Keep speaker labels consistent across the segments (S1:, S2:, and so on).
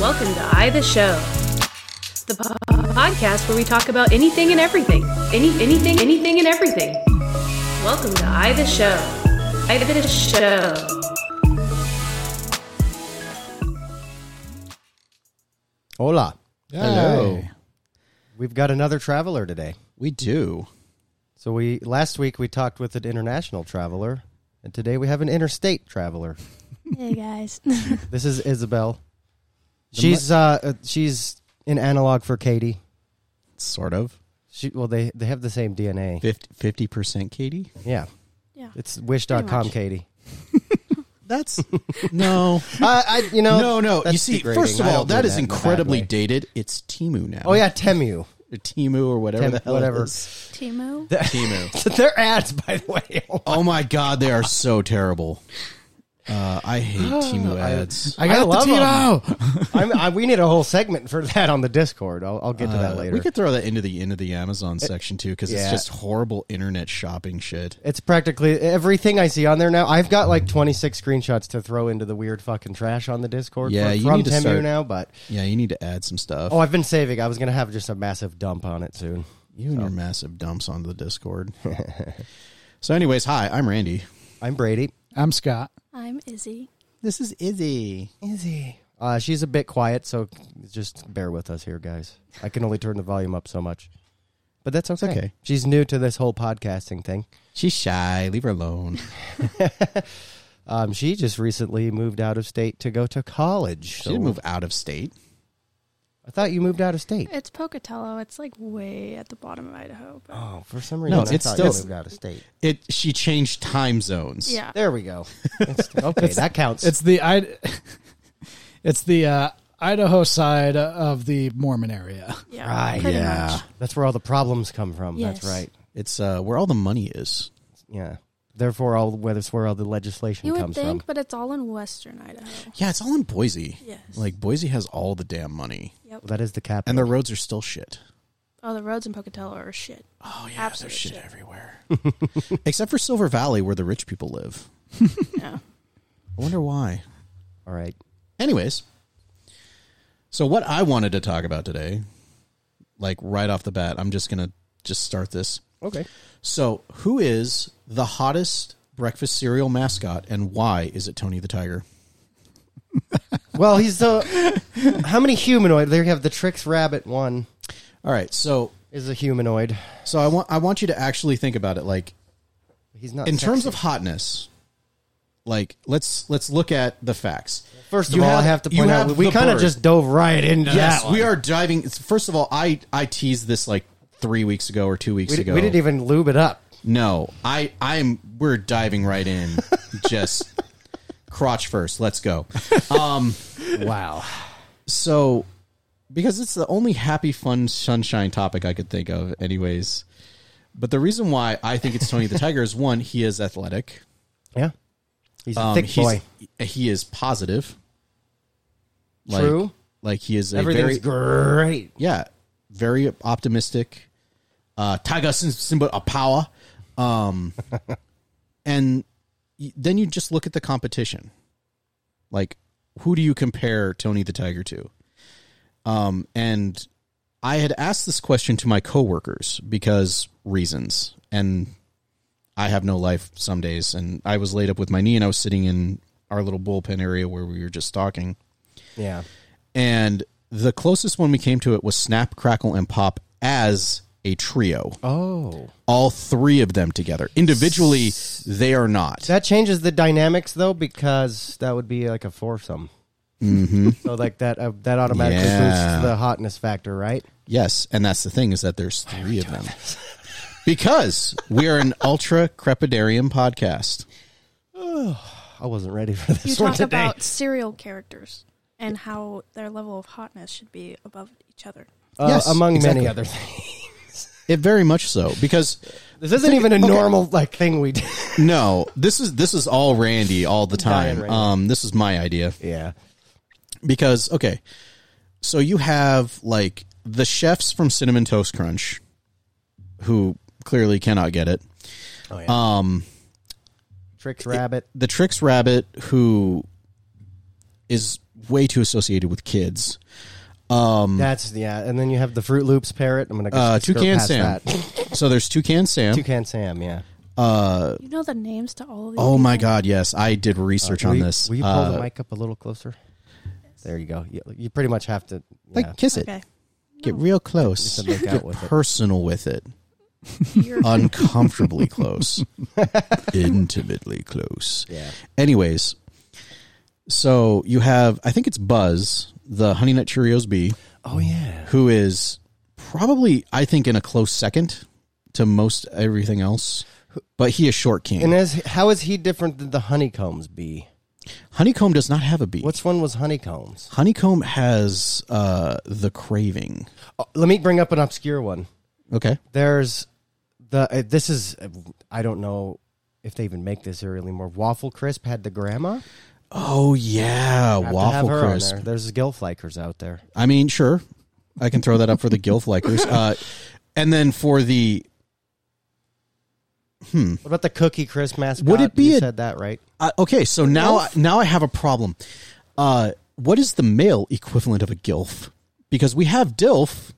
S1: welcome to I the Show, the po- podcast where we talk about anything and everything, any anything, anything and everything. Welcome to I the Show, I the Show.
S2: Hola.
S3: Hello.
S2: Hey. We've got another traveler today.
S3: We do.
S2: So we last week we talked with an international traveler, and today we have an interstate traveler.
S4: Hey guys.
S2: This is Isabel. She's uh uh, she's an analog for Katie.
S3: Sort of.
S2: She well they they have the same DNA.
S3: 50 percent Katie?
S2: Yeah.
S4: yeah.
S2: It's wish.com
S4: much.
S2: Katie.
S3: That's no.
S2: Uh, I you know
S3: no, no.
S2: that's
S3: You see,
S2: degrading.
S3: first of
S2: I
S3: all,
S2: don't do
S3: that is
S2: in a bad
S3: incredibly
S2: way.
S3: dated. It's Timu now.
S2: Oh yeah, Temu.
S3: Or Timu or whatever
S2: Tem-
S3: the hell it
S2: whatever.
S3: is.
S4: Timu.
S3: Timu.
S2: They're ads by the way.
S3: oh my god, they are so terrible. Uh, I hate Timu ads.
S2: I gotta
S3: like the
S2: love
S3: Temu.
S2: I'm, I, we need a whole segment for that on the Discord. I'll, I'll get to that
S3: Uh,
S2: later.
S3: we could throw that into the end of the Amazon section too, because
S2: yeah.
S3: it's just horrible internet shopping shit.
S2: It's practically everything I see on there now. I've got like 26 screenshots to throw into the weird fucking trash on the Discord.
S3: Yeah,
S2: from,
S3: you
S2: from
S3: need to
S2: Temu
S3: start-
S2: now, but
S3: Yeah, you need to add some stuff.
S2: oh, I've been saving. I was gonna have just a massive dump on it soon.
S3: you
S2: Oh.
S3: and your massive dumps on the Discord. so, anyways, hi, I'm Randy.
S2: I'm Brady.
S5: I'm Scott.
S4: I'm Izzy.
S3: This is Izzy.
S2: Izzy, uh, she's a bit quiet, so just bear with us here, guys. I can only turn the volume up so much, but that's okay.
S3: okay.
S2: She's new to this whole podcasting thing.
S3: She's shy. Leave her alone.
S2: Um, she just recently moved out of state to go to college.
S3: She didn't move out of state.
S2: I thought you moved out of state.
S4: It's Pocatello. It's like way at the bottom of Idaho. But
S2: Oh, for some reason, I
S3: it's
S2: thought you
S3: still-
S2: moved out of state.
S3: It. She changed time zones.
S4: yeah.
S2: There we go. It's- okay, that counts.
S5: It's the I. It's the uh, Idaho side of the Mormon area.
S4: Yeah.
S2: Right.
S4: pretty
S3: Yeah.
S2: That's where all the problems come from. That's
S4: Yes.
S2: right.
S3: It's uh, where all the money is.
S2: Yeah. Therefore, all well, that's where all the legislation
S4: You would
S2: comes
S4: think,
S2: from.
S4: but it's all in western Idaho.
S3: Yeah, it's all in Boise.
S4: Yes.
S3: Like Boise has all the damn money,
S4: Yep.
S2: Well, that is the
S3: and
S2: capital.
S3: the roads are still shit.
S4: oh, the roads in Pocatello are shit.
S3: Oh yeah,
S4: Absolute
S3: there's shit,
S4: shit.
S3: everywhere, except for Silver Valley, where the rich people live.
S4: Yeah.
S3: I wonder why.
S2: all right.
S3: Anyways, so what I wanted to talk about today, like right off the bat, I'm just gonna just start this.
S2: Okay.
S3: So, who is the hottest breakfast cereal mascot, and why is it Tony the Tiger?
S2: Well, he's the. how many humanoid? There you have the Trix Rabbit one
S3: All right, so
S2: is a humanoid.
S3: so I want I want you to actually think about it, like
S2: He's not
S3: in terms
S2: sexy.
S3: of hotness. Like let's let's look at the facts.
S2: First of
S3: you
S2: all, I
S3: have-
S2: have to
S3: you
S2: point out
S3: have
S2: we
S3: the
S2: kind of
S3: bird.
S2: just dove right into
S3: Yes,
S2: that. one.
S3: we are diving. it's- First of all, I I teased this like three weeks ago or two weeks
S2: We, di-
S3: ago.
S2: we didn't even lube it up.
S3: No, I I'm we're diving right in. Just crotch first. Let's go. Um
S2: Wow.
S3: so because it's the only happy fun sunshine topic I could think of anyways. But the reason why I think it's Tony the Tiger is one, he is athletic.
S2: Yeah. He's a
S3: Um,
S2: thick
S3: he's-
S2: boy.
S3: He is positive.
S2: True.
S3: Like he is a
S2: Everything's
S3: very
S2: great.
S3: yeah, very optimistic. Uh, Tiger sym- symbol of power. Um, and y- then you just look at the competition. Like, who do you compare Tony the Tiger to? Um, and I had asked this question to my coworkers because reasons. And I have no life some days. And I was laid up with my knee and I was sitting in our little bullpen area where we were just talking
S2: Yeah.
S3: and the closest one we came to it was Snap, Crackle, and Pop as a trio.
S2: Oh.
S3: All three of them together. Individually, they are not.
S2: That changes the dynamics though, because that would be like a foursome. Mm-hmm. so like that uh, that automatically
S3: Yeah.
S2: boosts the hotness factor, right?
S3: Yes, and that's the thing is that there's three of them. Because we are an ultra crepidarium podcast.
S2: I wasn't ready for this
S4: You
S2: one
S4: talk
S2: today.
S4: about serial characters and how their level of hotness should be above each other.
S2: Uh,
S3: Yes,
S2: among
S3: exactly.
S2: many other things.
S3: It very much so because
S2: This isn't even a normal like thing we do.
S3: no, this is this is all Randy all the
S2: Diane
S3: time.
S2: Randy.
S3: Um, this is my idea.
S2: yeah.
S3: because okay so you have like the chefs from cinnamon toast crunch who clearly cannot get it
S2: Oh yeah. Um, Tricks Rabbit.
S3: the tricks rabbit who is way too associated with kids. Um,
S2: That's yeah, and then you have the Fruit Loops parrot. I'm gonna go
S3: Mm. Uh,
S2: skirt
S3: Toucan
S2: past
S3: Sam.
S2: that.
S3: so there's Toucan Sam. Uh,
S2: Toucan Sam, yeah. Uh,
S4: You know the names to all of these.
S3: Oh my
S4: people?
S3: God! Yes, I did research
S2: Will
S3: on
S2: you-
S3: this.
S2: Will you pull
S3: Uh,
S2: the mic up a little closer? There you go. You, you pretty much have to
S3: Like
S2: yeah,
S3: kiss it.
S4: Okay.
S3: Get real close.
S2: to make out with it.
S3: Personal with it.
S4: You're,
S3: Uncomfortably close. Intimately close.
S2: Yeah.
S3: Anyways, so you have I think it's Buzz, the Honey Nut Cheerios bee,
S2: Oh yeah.
S3: who is probably I think in a close second to most everything else, but he is short king.
S2: And as how is he different than the honeycombs bee?
S3: honeycomb does not have a bee.
S2: What's one was honeycombs?
S3: honeycomb has uh, the craving.
S2: Oh, let me bring up an obscure one.
S3: Okay,
S2: There's the uh, this is I don't know if they even make this here anymore. Waffle crisp had the grandma.
S3: Oh
S2: I
S3: yeah,
S2: have to have
S3: waffle
S2: her on
S3: crisp.
S2: there. There's gillflikers out there.
S3: I mean, sure, I can throw that up for the Gilf likers. Uh, and then for the,
S2: What about the cookie crisp mascot?
S3: Mm. Would it be
S2: you
S3: a-
S2: said that right?
S3: uh, okay, so now I, now I have a problem. Uh, what is the male equivalent of a Gilf? Because we have Dilf,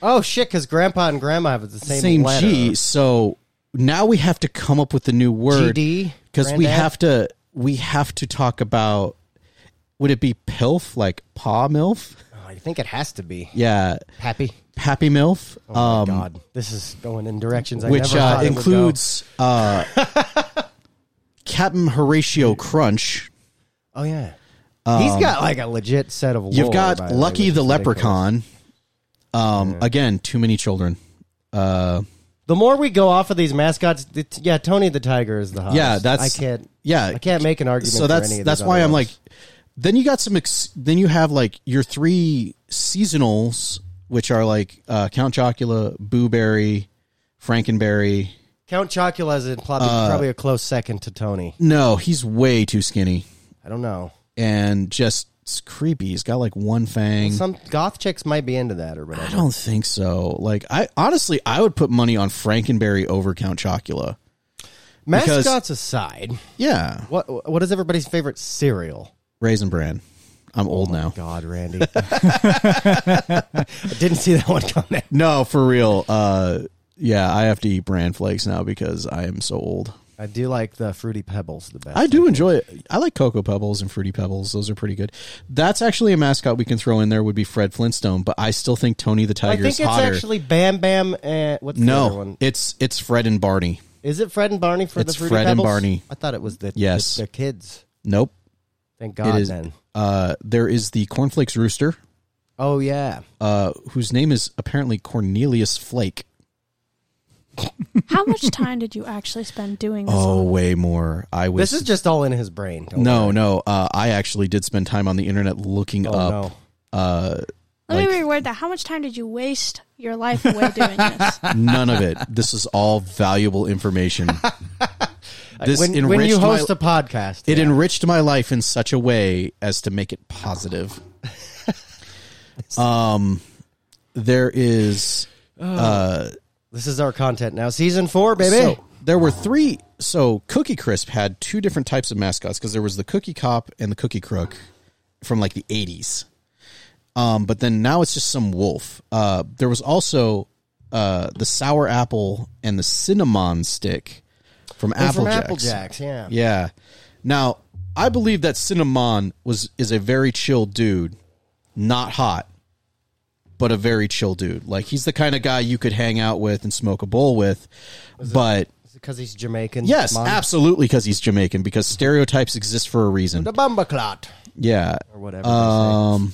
S2: Oh shit! Because grandpa and grandma have the same
S3: same,
S2: letter.
S3: G. So now we have to come up with the new word
S2: GD,
S3: because we
S2: granddad?
S3: have to we have to talk about. Would it be Pilf like Pa Milf?
S2: Oh, I think it has to be
S3: Yeah,
S2: happy.
S3: Happy Milf.
S2: Oh
S3: um,
S2: my God, this is going in directions I
S3: which
S2: never
S3: uh,
S2: thought it would go.
S3: includes uh, Captain Horatio Crunch.
S2: Oh yeah, he's got like a legit set of.
S3: Um, You've
S2: lore,
S3: got
S2: Oh, by way,
S3: Lucky
S2: which
S3: the
S2: is
S3: Leprechaun. Um, Again, too many children.
S2: ridiculous. The more we go off of these mascots, the t- yeah, Tony the Tiger is the hottest.
S3: Yeah, that's
S2: I can't.
S3: Yeah,
S2: I can't make an argument.
S3: So
S2: for any
S3: that's
S2: of
S3: that's
S2: these
S3: why
S2: other
S3: I'm like.
S2: ones.
S3: Then you got some. Ex- then you have like your three seasonals, which are like uh, Count Chocula, Boo Berry, Frankenberry.
S2: Count Chocula is in probably,
S3: uh,
S2: probably a close second to Tony.
S3: No, he's way too skinny
S2: I don't know.
S3: and just creepy. He's got like one fang.
S2: Some goth chicks might be into that or whatever.
S3: I don't think so. Like I honestly, I would put money on Frankenberry over Count Chocula. because-
S2: Mascots aside,
S3: Yeah,
S2: what what is everybody's favorite cereal?
S3: Raisin Bran. I'm old
S2: Oh
S3: now.
S2: God, Randy. I didn't see that one coming.
S3: No, for real. Uh, yeah, I have to eat bran flakes now because I am so old.
S2: I do like the fruity pebbles the best.
S3: I do enjoy it. I like Cocoa Pebbles and Fruity Pebbles. Those are pretty good. That's actually a mascot we can throw in there would be Fred Flintstone, but I still think Tony the
S2: I
S3: Tiger
S2: think
S3: is
S2: it's
S3: hotter.
S2: actually Bam Bam and what's the other
S3: no,
S2: one?
S3: it's it's Fred and Barney.
S2: Is it Fred and Barney for
S3: It's
S2: the fruity
S3: Fred and
S2: pebbles?
S3: Barney.
S2: I thought it was the
S3: Yes.
S2: the, the kids.
S3: Nope,
S2: Thank God.
S3: it is.
S2: Then
S3: Uh, there is the Cornflakes Rooster,
S2: oh yeah,
S3: uh, whose name is apparently Cornelius Flake.
S4: How much time did you actually spend doing this?
S3: Oh, way more. I was.
S2: this is just all in his brain. Don't
S3: no,
S2: worry.
S3: no. Uh, I actually did spend time on the internet looking
S2: Oh,
S3: up.
S2: no.
S3: Uh,
S4: Let
S3: like-
S4: me reword that. How much time did you waste your life away doing this?
S3: none of it. This is all valuable information. This
S2: when,
S3: enriched
S2: when you
S3: my-
S2: host a podcast,
S3: it
S2: yeah.
S3: enriched my life in such a way as to make it positive. um, there is uh,
S2: this is our content now. Season four, baby.
S3: So there were three. So Cookie Crisp had two different types of mascots because there was the Cookie Cop and the Cookie Crook from like the eighties. Um, but then now it's just some wolf. Uh, there was also uh, the sour apple and the cinnamon stick from
S2: They're from
S3: Apple Jacks.
S2: Apple Jacks, yeah.
S3: Yeah. Now I believe that cinnamon was is a very chill dude, not hot, but a very chill dude. Like he's the kind of guy you could hang out with and smoke a bowl with, but.
S2: because he's Jamaican.
S3: Yes,
S2: Mon-
S3: absolutely, because he's Jamaican. Because stereotypes exist for a reason.
S2: The Bumba Clot.
S3: Yeah.
S2: or whatever. they say.
S3: Um.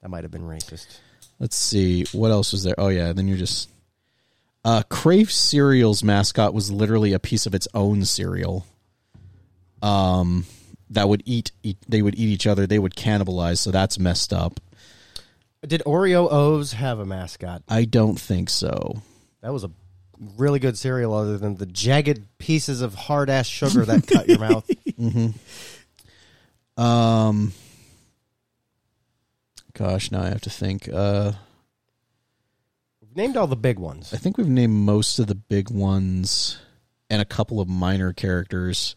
S2: that might have been racist.
S3: Let's see what else was there. Oh yeah. Then you're just. Uh, Crave cereal's mascot was literally a piece of its own cereal. Um, that would eat, eat. They would eat each other. They would cannibalize. So that's messed up.
S2: Did Oreo O's have a mascot?
S3: I don't think so.
S2: That was a really good cereal, other than the jagged pieces of hard ass sugar that cut your mouth.
S3: Um. Gosh, now I have to think. Uh,
S2: Named all the big ones.
S3: I think we've named most of the big ones and a couple of minor characters.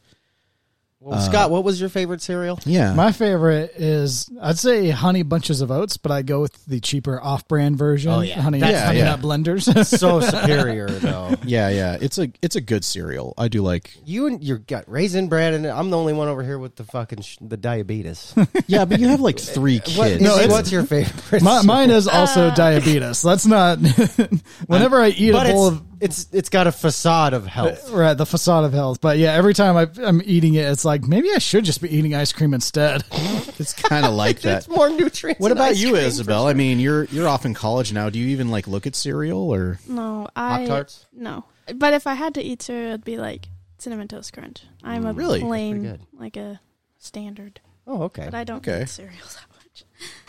S2: Well, Scott, what was your favorite cereal?
S3: Yeah.
S5: My favorite is I'd say Honey Bunches of Oats, but I go with the cheaper off-brand version.
S2: Oh, yeah.
S5: Honey,
S2: That's-
S5: honey
S3: yeah.
S5: Nut Blenders.
S2: so superior, though.
S3: yeah, yeah. It's a it's a good cereal. I do like.
S2: You and your gut raisin bread, and I'm the only one over here with the fucking sh- the diabetes.
S3: Yeah, but you have like three kids.
S2: What,
S5: No, it's-
S2: what's your favorite?
S5: My,
S2: cereal?
S5: mine is
S2: Uh.
S5: also diabetes. Let's not. whenever I eat a
S2: but
S5: bowl
S2: it's,
S5: of
S2: it's it's got a facade of health.
S5: Right, the facade of health. But yeah, every time I, I'm eating it, it's like maybe I should just be eating ice cream instead.
S3: It's kind of like that.
S2: It's more nutrients.
S3: What
S2: than
S3: about
S2: ice
S3: you,
S2: cream.
S3: Isabel? I mean, you're you're off in college now. Do you even like look at cereal or?
S4: No, I
S2: Pop-Tarts?
S4: No, but if I had to eat cereal, it'd be like cinnamon toast crunch. I'm a
S3: Really? That's
S4: plain,
S2: pretty
S4: like a standard,
S2: Oh, okay.
S4: but I don't
S3: Okay.
S4: eat cereals that much.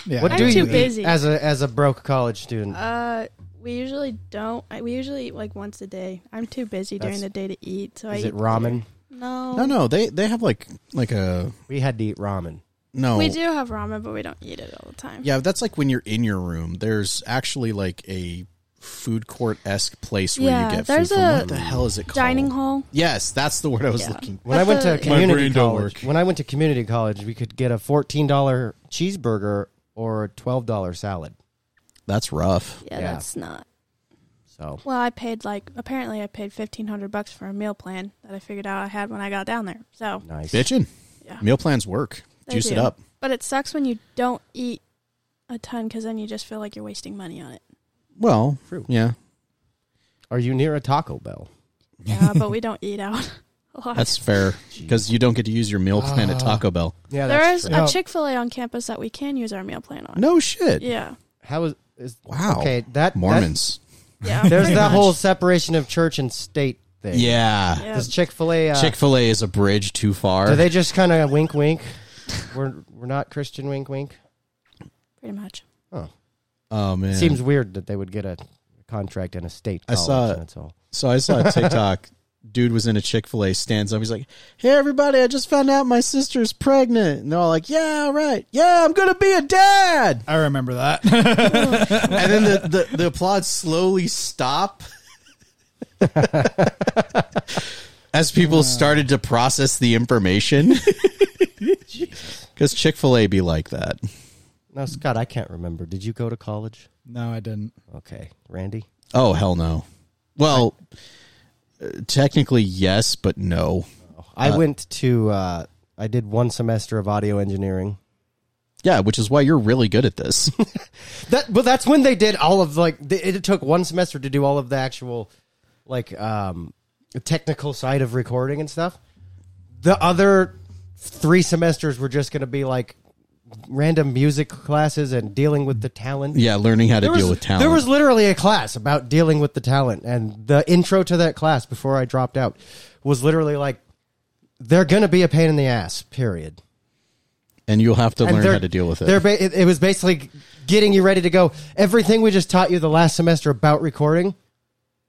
S5: Yeah.
S2: What
S4: I'm
S2: do
S4: too
S2: you
S4: busy.
S2: eat as a as a broke college student?
S4: Uh, we usually don't. I, we usually eat like once a day. I'm too busy during
S2: That's-
S4: the day to eat, so I
S2: is
S4: eat
S2: it ramen?
S4: No,
S3: No, no. They they have like like a
S2: We had to eat ramen.
S3: no.
S4: We do have ramen, but we don't eat it all the time.
S3: Yeah, that's like when you're in your room. There's actually like a food court esque place where
S4: Yeah,
S3: you get
S4: there's
S3: food. From.
S4: a
S3: what the hell is it called?
S4: Dining hall.
S3: Yes, that's the word I was
S4: Yeah.
S3: looking.
S2: When I
S4: At
S2: went
S4: the-
S2: to
S4: My
S2: community
S6: brain don't
S2: college,
S6: work.
S2: when I went to community college, we could get a fourteen dollar cheeseburger or a twelve dollar salad.
S3: That's rough.
S4: Yeah,
S2: Yeah.
S4: that's not.
S2: So
S4: Well, I paid like apparently I paid fifteen hundred bucks for a meal plan that I figured out I had when I got down there. So
S2: nice.
S3: Bitchin'.
S4: yeah,
S3: Meal plans work.
S4: They
S3: Juice it
S4: do.
S3: up.
S4: But it sucks when you don't eat a ton because then you just feel like you're wasting money on it.
S3: Well,
S2: True.
S3: yeah.
S2: Are you near a Taco Bell?
S4: Yeah, but we don't eat out a lot.
S3: That's fair because you don't get to use your
S2: Ah.
S3: meal plan at Taco Bell.
S2: Yeah,
S4: there is
S5: true.
S4: a Chick Fil A on campus that we can use our meal plan on.
S3: No shit.
S4: Yeah,
S2: How is, is
S3: Wow.
S2: Okay, that Mormons.
S3: Oh, Mormons.
S4: yeah.
S2: there's
S4: pretty
S2: that
S4: much.
S2: whole separation of church and state thing.
S3: yeah.
S4: Yeah.
S2: Does Chick Fil A? Uh,
S3: Chick Fil A is a bridge too far.
S2: do they just kind of wink, wink? We're we're not Christian, wink, wink.
S4: Pretty much.
S3: oh man.
S2: It seems weird that they would get a contract in a state.
S3: I
S2: College,
S3: saw-
S2: That's all.
S3: So I saw a TikTok. Dude was in a Chick Fil A, stands up. He's like, "Hey everybody, I just found out my sister's pregnant." And they're all like, "Yeah, all right. Yeah, I'm gonna be a dad."
S5: I remember that.
S3: And then the the, the applause slowly stop as people started to process the information. Because Chick Fil A be like that.
S2: No, Scott, I can't remember. Did you go to college?
S5: no, I didn't.
S2: Okay, Randy.
S3: Oh hell no. Well, uh, technically yes, but no.
S2: I went to. Uh, I did one semester of audio engineering.
S3: Yeah, which is why you're really good at this.
S2: That, but that's when they did all of like they, it took one semester to do all of the actual like um technical side of recording and stuff. The other three semesters were just going to be like random music classes and dealing with the talent.
S3: Yeah, learning how to
S2: There was,
S3: deal with talent.
S2: there was literally a class about dealing with the talent, and the intro to that class before I dropped out was literally like, "They're going to be a pain in the ass." Period
S3: and you'll have to learn
S2: they're-
S3: how to deal with
S2: they're
S3: it.
S2: ba- it. It was basically getting you ready to go. Everything we just taught you the last semester about recording,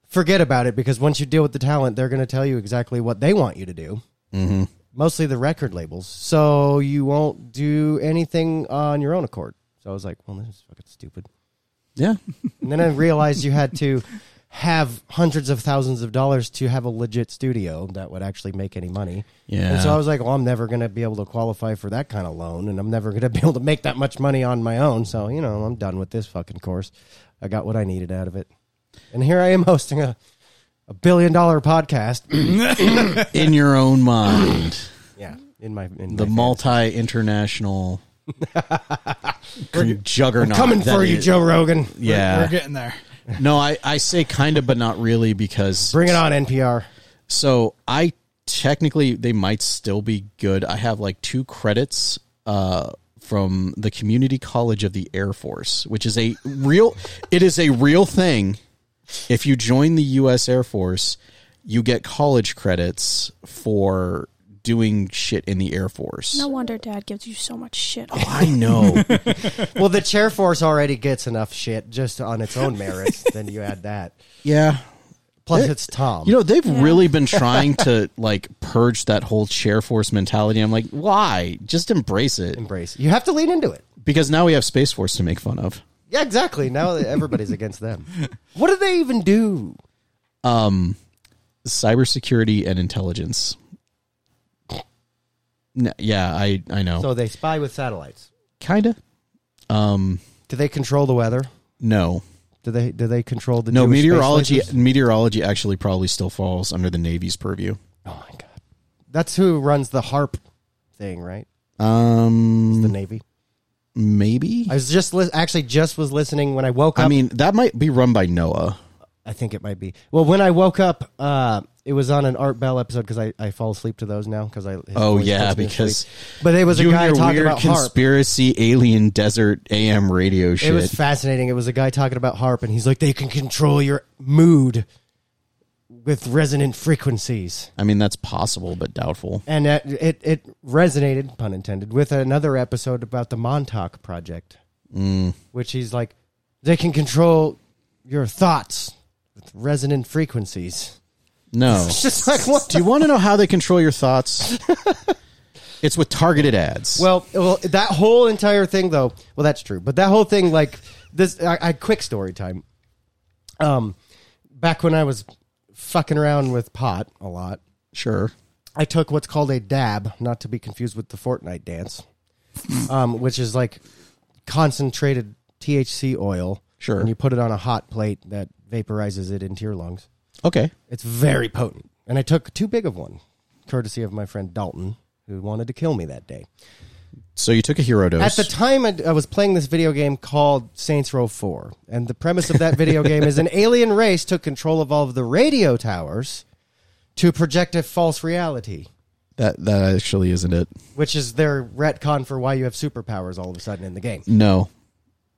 S2: forget about it because once you deal with the talent, they're going to tell you exactly what they want you to do.
S3: Mm-hmm.
S2: Mostly the record labels, so you won't do anything on your own accord. So I was like, "Well, this is fucking stupid."
S3: Yeah,
S2: And then I realized you had to have hundreds of thousands of dollars to have a legit studio that would actually make any money.
S3: Yeah.
S2: And so I was like, well, I'm never going to be able to qualify for that kind of loan, and I'm never going to be able to make that much money on my own. So, you know, I'm done with this fucking course. I got what I needed out of it. And here I am hosting a, a billion dollar podcast.
S3: in your own mind,
S2: yeah. In my, in
S3: the
S2: Oh my
S3: multi-international con- juggernaut.
S2: Coming
S3: that
S2: for you,
S3: is-
S2: Joe Rogan.
S5: We're
S3: Yeah,
S5: getting there.
S3: no, I I say kind of, but not really because
S2: Bring it on, NPR.
S3: So I technically they might still be good. I have like two credits uh from the Community College of the Air Force, which is a real it is a real thing. If you join the US Air Force, you get college credits for doing shit in the Air Force. Oh,
S4: No wonder Dad gives you so much shit.
S3: I know.
S2: Well, the chair force already gets enough shit just on its own merits. then you add that.
S3: yeah.
S2: Plus, it's Tom.
S3: You know, they've really been trying to like purge that whole chair force mentality. I'm like, why? Just embrace it.
S2: embrace. You have to lean into it.
S3: Because now we have Space Force to make fun of.
S2: Yeah, exactly. Now everybody's against them. What do they even do?
S3: Um, cybersecurity and intelligence. N- yeah, I I know.
S2: So they spy with satellites.
S3: Kinda. Um,
S2: Do they control the weather?
S3: no,
S2: Do they do they control the
S3: no.
S2: Jewish space
S3: Meteorology
S2: lasers?
S3: meteorology actually probably still falls under the Navy's purview.
S2: Oh my god, that's who runs the harp thing, right?
S3: Um,
S2: The Navy.
S3: maybe.
S2: I was just li- actually just was listening when I woke up.
S3: I mean, that might be run by NOAA.
S2: I think it might be. Well, when I woke up, uh, it was on an Art Bell episode because I, I fall asleep to those now because I. his
S3: Oh,
S2: voice
S3: yeah,
S2: puts me to
S3: because
S2: sleep. But it was a
S3: you
S2: guy
S3: and your
S2: talking
S3: weird
S2: about harp.
S3: conspiracy alien desert AM radio shit.
S2: It was fascinating. It was a guy talking about harp, and he's like, they can control your mood with resonant frequencies.
S3: I mean, that's possible, but doubtful.
S2: and it, it it resonated, pun intended, with another episode about the Montauk Project,
S3: Mm,
S2: which he's like, they can control your thoughts with resonant frequencies.
S3: No.
S2: It's just like what?
S3: Do you want to know how they control your thoughts? it's with targeted ads.
S2: Well, well, that whole entire thing, though. Well, that's true, but that whole thing, like this, I, I quick story time. Um, back when I was fucking around with pot a lot,
S3: sure.
S2: I took what's called a dab, not to be confused with the Fortnite dance, um, which is like concentrated THC oil.
S3: Sure.
S2: And you put it on a hot plate that vaporizes it into your lungs.
S3: Okay.
S2: It's very potent. And I took too big of one, courtesy of my friend Dalton, who wanted to kill me that day.
S3: So you took a hero dose.
S2: At the time, I, I was playing this video game called Saints Row 4. And the premise of that video game is an alien race took control of all of the radio towers to project a false reality.
S3: that that actually isn't it.
S2: which is their retcon for why you have superpowers all of a sudden in the game.
S3: No.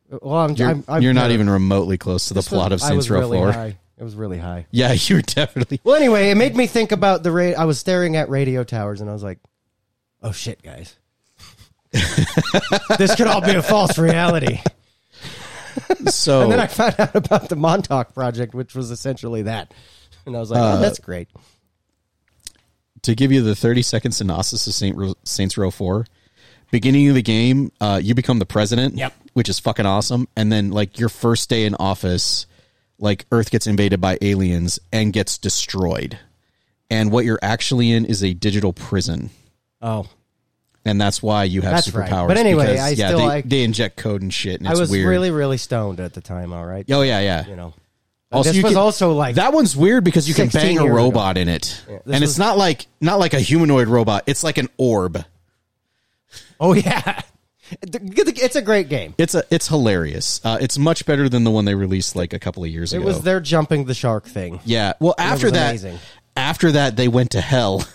S2: Well, I'm,
S3: You're,
S2: I'm, I'm
S3: you're not even remotely close to the
S2: This was-
S3: plot of
S2: I
S3: Saints
S2: was
S3: Row
S2: really
S3: 4.
S2: High. It was really high.
S3: Yeah, you were definitely.
S2: Well, anyway, it made me think about the. Ra- I was staring at radio towers, and I was like, "Oh shit, guys, this could all be a false reality."
S3: So
S2: And
S3: Oh.
S2: then I found out about the Montauk Project, which was essentially that. And I was like,
S3: Uh,
S2: oh, "That's great."
S3: to give you the 30 second synopsis of Saint Ro- Saints Row 4, beginning of the game, uh, you become the president,
S5: Yep.
S3: which is fucking awesome. And then, like, your first day in office, like, Earth gets invaded by aliens and gets destroyed. And what you're actually in is a digital prison.
S2: Oh,
S3: And that's why you have
S2: That's right.
S3: superpowers.
S2: But anyway,
S3: because,
S2: I
S3: yeah,
S2: still
S3: they,
S2: like-
S3: they inject code and shit, and
S2: I
S3: it's
S2: was
S3: weird.
S2: really, really stoned at the time. All right,
S3: oh yeah, yeah.
S2: you know.
S3: Also,
S2: this
S3: you
S2: was
S3: can-
S2: also like
S3: that one's weird because you can
S2: 16
S3: bang a
S2: years ago.
S3: robot in it,
S2: this
S3: and
S2: was-
S3: it's not like not like a humanoid robot. It's like an orb.
S2: Oh yeah, it's a great game.
S3: It's a it's hilarious. Uh, it's much better than the one they released like a couple of years
S2: It
S3: ago.
S2: was their jumping the shark thing.
S3: yeah. Well, after
S2: was
S3: that,
S2: amazing.
S3: after that, they went to hell.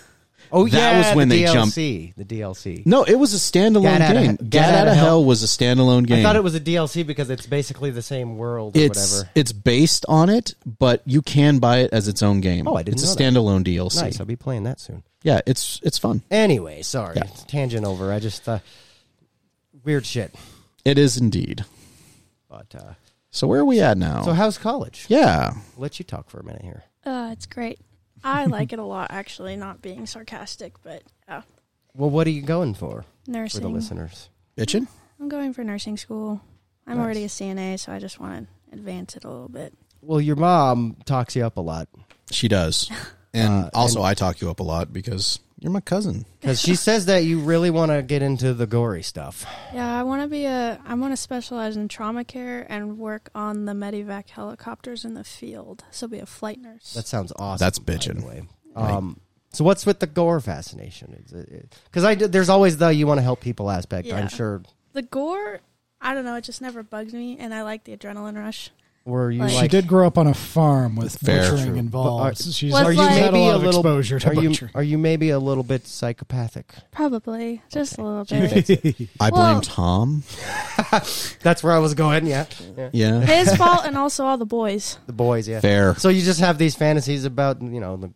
S2: Oh
S3: That
S2: yeah,
S3: was when
S2: the
S3: they
S2: DLC,
S3: jumped.
S2: The DLC.
S3: No, it was a standalone
S2: Gat Outta
S3: game.
S2: He-
S3: Gat Outta hell. was a standalone game.
S2: I thought it was a DLC because it's basically the same world or
S3: It's
S2: whatever.
S3: it's based on it, but you can buy it as its own game.
S2: Oh, I didn't
S3: It's
S2: know
S3: a
S2: that.
S3: standalone DLC.
S2: Nice. I'll be playing that soon.
S3: Yeah, it's it's fun.
S2: Anyway, sorry, tangent over. I just uh, weird shit.
S3: It is indeed.
S2: But uh,
S3: So where are we at now?
S2: so how's college?
S3: yeah,
S2: I'll let you talk for a minute here.
S4: Uh, it's great. I like it a lot, actually. Not being sarcastic, but uh,
S2: Well, what are you going for for the
S4: nursing.
S2: listeners?
S3: bitchin.
S4: I'm going for nursing school. I'm already a CNA, so I just want to advance it a little bit.
S2: Well, your mom talks you up a lot
S3: She does, and
S2: Uh,
S3: also I talk you up a lot because you're my cousin.
S2: because she says that you really want to get into the gory stuff.
S4: Yeah, I want to be a. I want to specialize in trauma care and work on the medevac helicopters in the field. So be a flight nurse.
S2: That sounds awesome.
S3: That's
S2: by the
S3: bitchin'.
S2: way. Um, So what's with the gore fascination? Because I did- there's always the you want to help people aspect.
S4: Yeah.
S2: I'm sure.
S4: the gore, I don't know. It just never bugs me, and I like the adrenaline rush.
S2: Were you
S4: Like-
S2: like?
S4: She
S5: She did grow up on a farm with
S3: Fair.
S5: butchering involved.
S2: But are-
S5: She's
S4: Was
S5: are you
S4: like-
S5: had a
S2: maybe
S5: lot
S2: a
S5: of
S2: little-
S5: exposure to
S2: Are you
S5: butchering.
S2: are you maybe a little bit psychopathic?
S4: Probably just a little bit.
S3: I blame
S4: Well-
S3: Tom.
S2: That's where I was going. Yeah,
S3: Yeah,
S4: His fault, and also all the boys.
S2: the boys. Yeah.
S3: fair.
S2: So you just have these fantasies about you know the,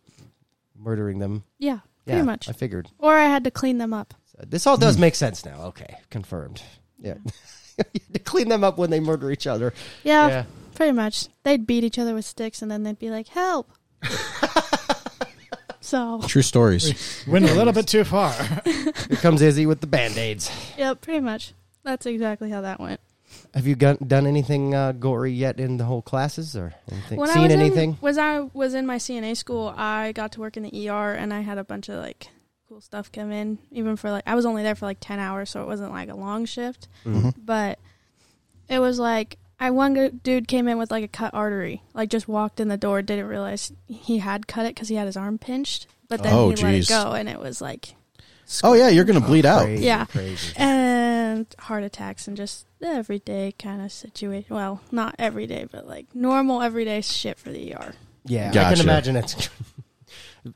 S2: murdering them.
S4: Yeah,
S2: Yeah,
S4: pretty much.
S2: I figured
S4: Or I had to clean them up.
S2: this all
S5: Hmm.
S2: does make sense now. Okay, confirmed. Yeah. to clean them up when they murder each other.
S4: Yeah,
S2: Yeah.
S4: pretty much. They'd beat each other with sticks, and then they'd be like, "Help!" so,
S3: True stories.
S5: Went a little bit too far.
S2: Here comes Izzy with the band aids.
S4: yeah, pretty much. That's exactly how that went.
S2: Have you got, done anything uh, gory yet in the whole classes or anything?
S4: When I
S2: seen
S4: was
S2: anything?
S4: E In, was I was in my CNA school, I got to work in the ER, and I had a bunch of like cool stuff come in. Even for like, I was only there for like ten hours, so it wasn't like a long shift.
S3: Mm-hmm.
S4: But it was like I one gu- dude came in with like a cut artery, like just walked in the door, didn't realize he had cut it because he had his arm pinched. But then
S3: Oh,
S4: he let
S3: jeez.
S4: it go, and it was like
S3: Oh yeah, you're gonna bleed out.
S2: Crazy,
S4: Yeah.
S2: Crazy.
S4: and heart attacks and just the everyday kind of situation. Well, not everyday, but like normal everyday shit for the ER.
S2: Yeah, I
S3: Gotcha.
S2: can imagine it.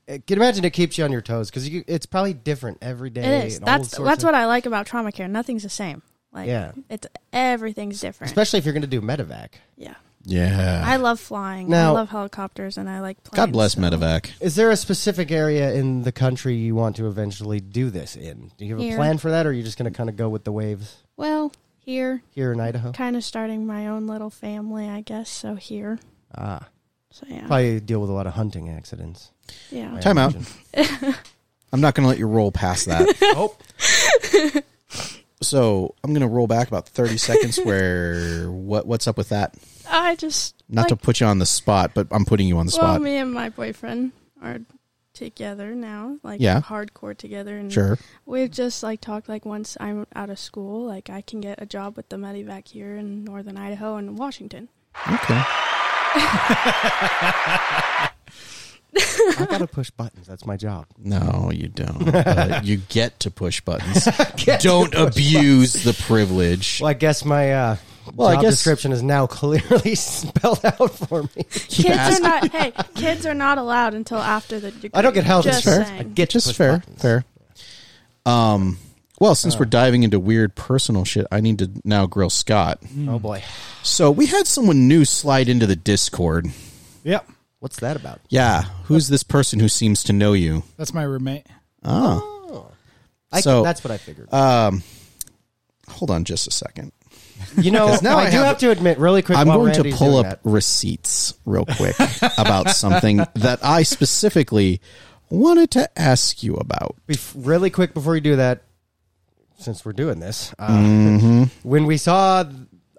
S2: I can imagine it keeps you on your toes because you, it's probably different every day.
S4: It is.
S2: and all
S4: That's
S2: sorts
S4: that's
S2: of-
S4: what I like about trauma care. Nothing's the same. Like
S2: Yeah.
S4: it's everything's different.
S2: Especially if you're going to do medevac.
S4: yeah.
S3: Yeah.
S4: I love flying.
S2: Now-
S4: I love helicopters and I like planes.
S3: God bless
S4: so-
S3: medevac.
S2: Is there a specific area in the country you want to eventually do this in? Do you have a
S4: Here.
S2: plan for that, or are you just going to kind of go with the waves
S4: Well, here
S2: here in Idaho?
S4: kind of starting my own little family, I guess, so here.
S2: Ah,
S4: So yeah.
S2: probably deal with a lot of hunting accidents.
S4: yeah.
S2: I
S3: Time out.
S2: imagine.
S3: I'm not gonna let you roll past that.
S2: oh,
S3: so I'm gonna roll back about 30 seconds. Where what what's up with that?
S4: I just
S3: Not to
S4: like,
S3: put you on the spot, but I'm putting you on the
S4: Well,
S3: spot.
S4: me and my boyfriend are together now, like
S3: Yeah.
S4: hardcore together and
S3: Sure.
S4: We've just like talked like once I'm out of school, like I can get a job with the medevac here in northern Idaho and Washington.
S3: Okay.
S2: I got to push buttons. That's my job.
S3: No, you don't. Uh, you get to push buttons. don't abuse the privilege.
S2: Well, I guess my uh,
S3: Well, I
S2: job
S3: guess-
S2: description is now clearly spelled out for me.
S3: Keep
S4: kids
S3: asking.
S4: are not hey, kids are not allowed until after the degree.
S2: I don't get health
S4: Just
S2: insurance. I
S4: saying.
S2: get to
S3: Just
S2: push
S3: fair,
S2: buttons. Uh.
S3: fair. Um, well, since we're diving into weird personal shit, I need to now grill Scott.
S2: Oh boy,
S3: So we had someone new slide into the Discord.
S5: Yep.
S2: what's that about?
S3: Yeah, who's this person who seems to know you?
S5: That's my roommate.
S3: Ah,
S2: Oh. I,
S3: So- uh,
S2: that's what I figured.
S3: hold on just a second.
S2: you know,
S3: 'cause now
S2: I,
S3: I
S2: do
S3: have-
S2: have to admit, really quick.
S3: I'm
S2: while
S3: going
S2: Randy's
S3: to pull
S2: doing
S3: up
S2: that-
S3: receipts real quick about something that I specifically wanted to ask you about.
S2: Bef- really quick before you do that, since we're doing this, uh,
S3: Mm-hmm.
S2: when we saw,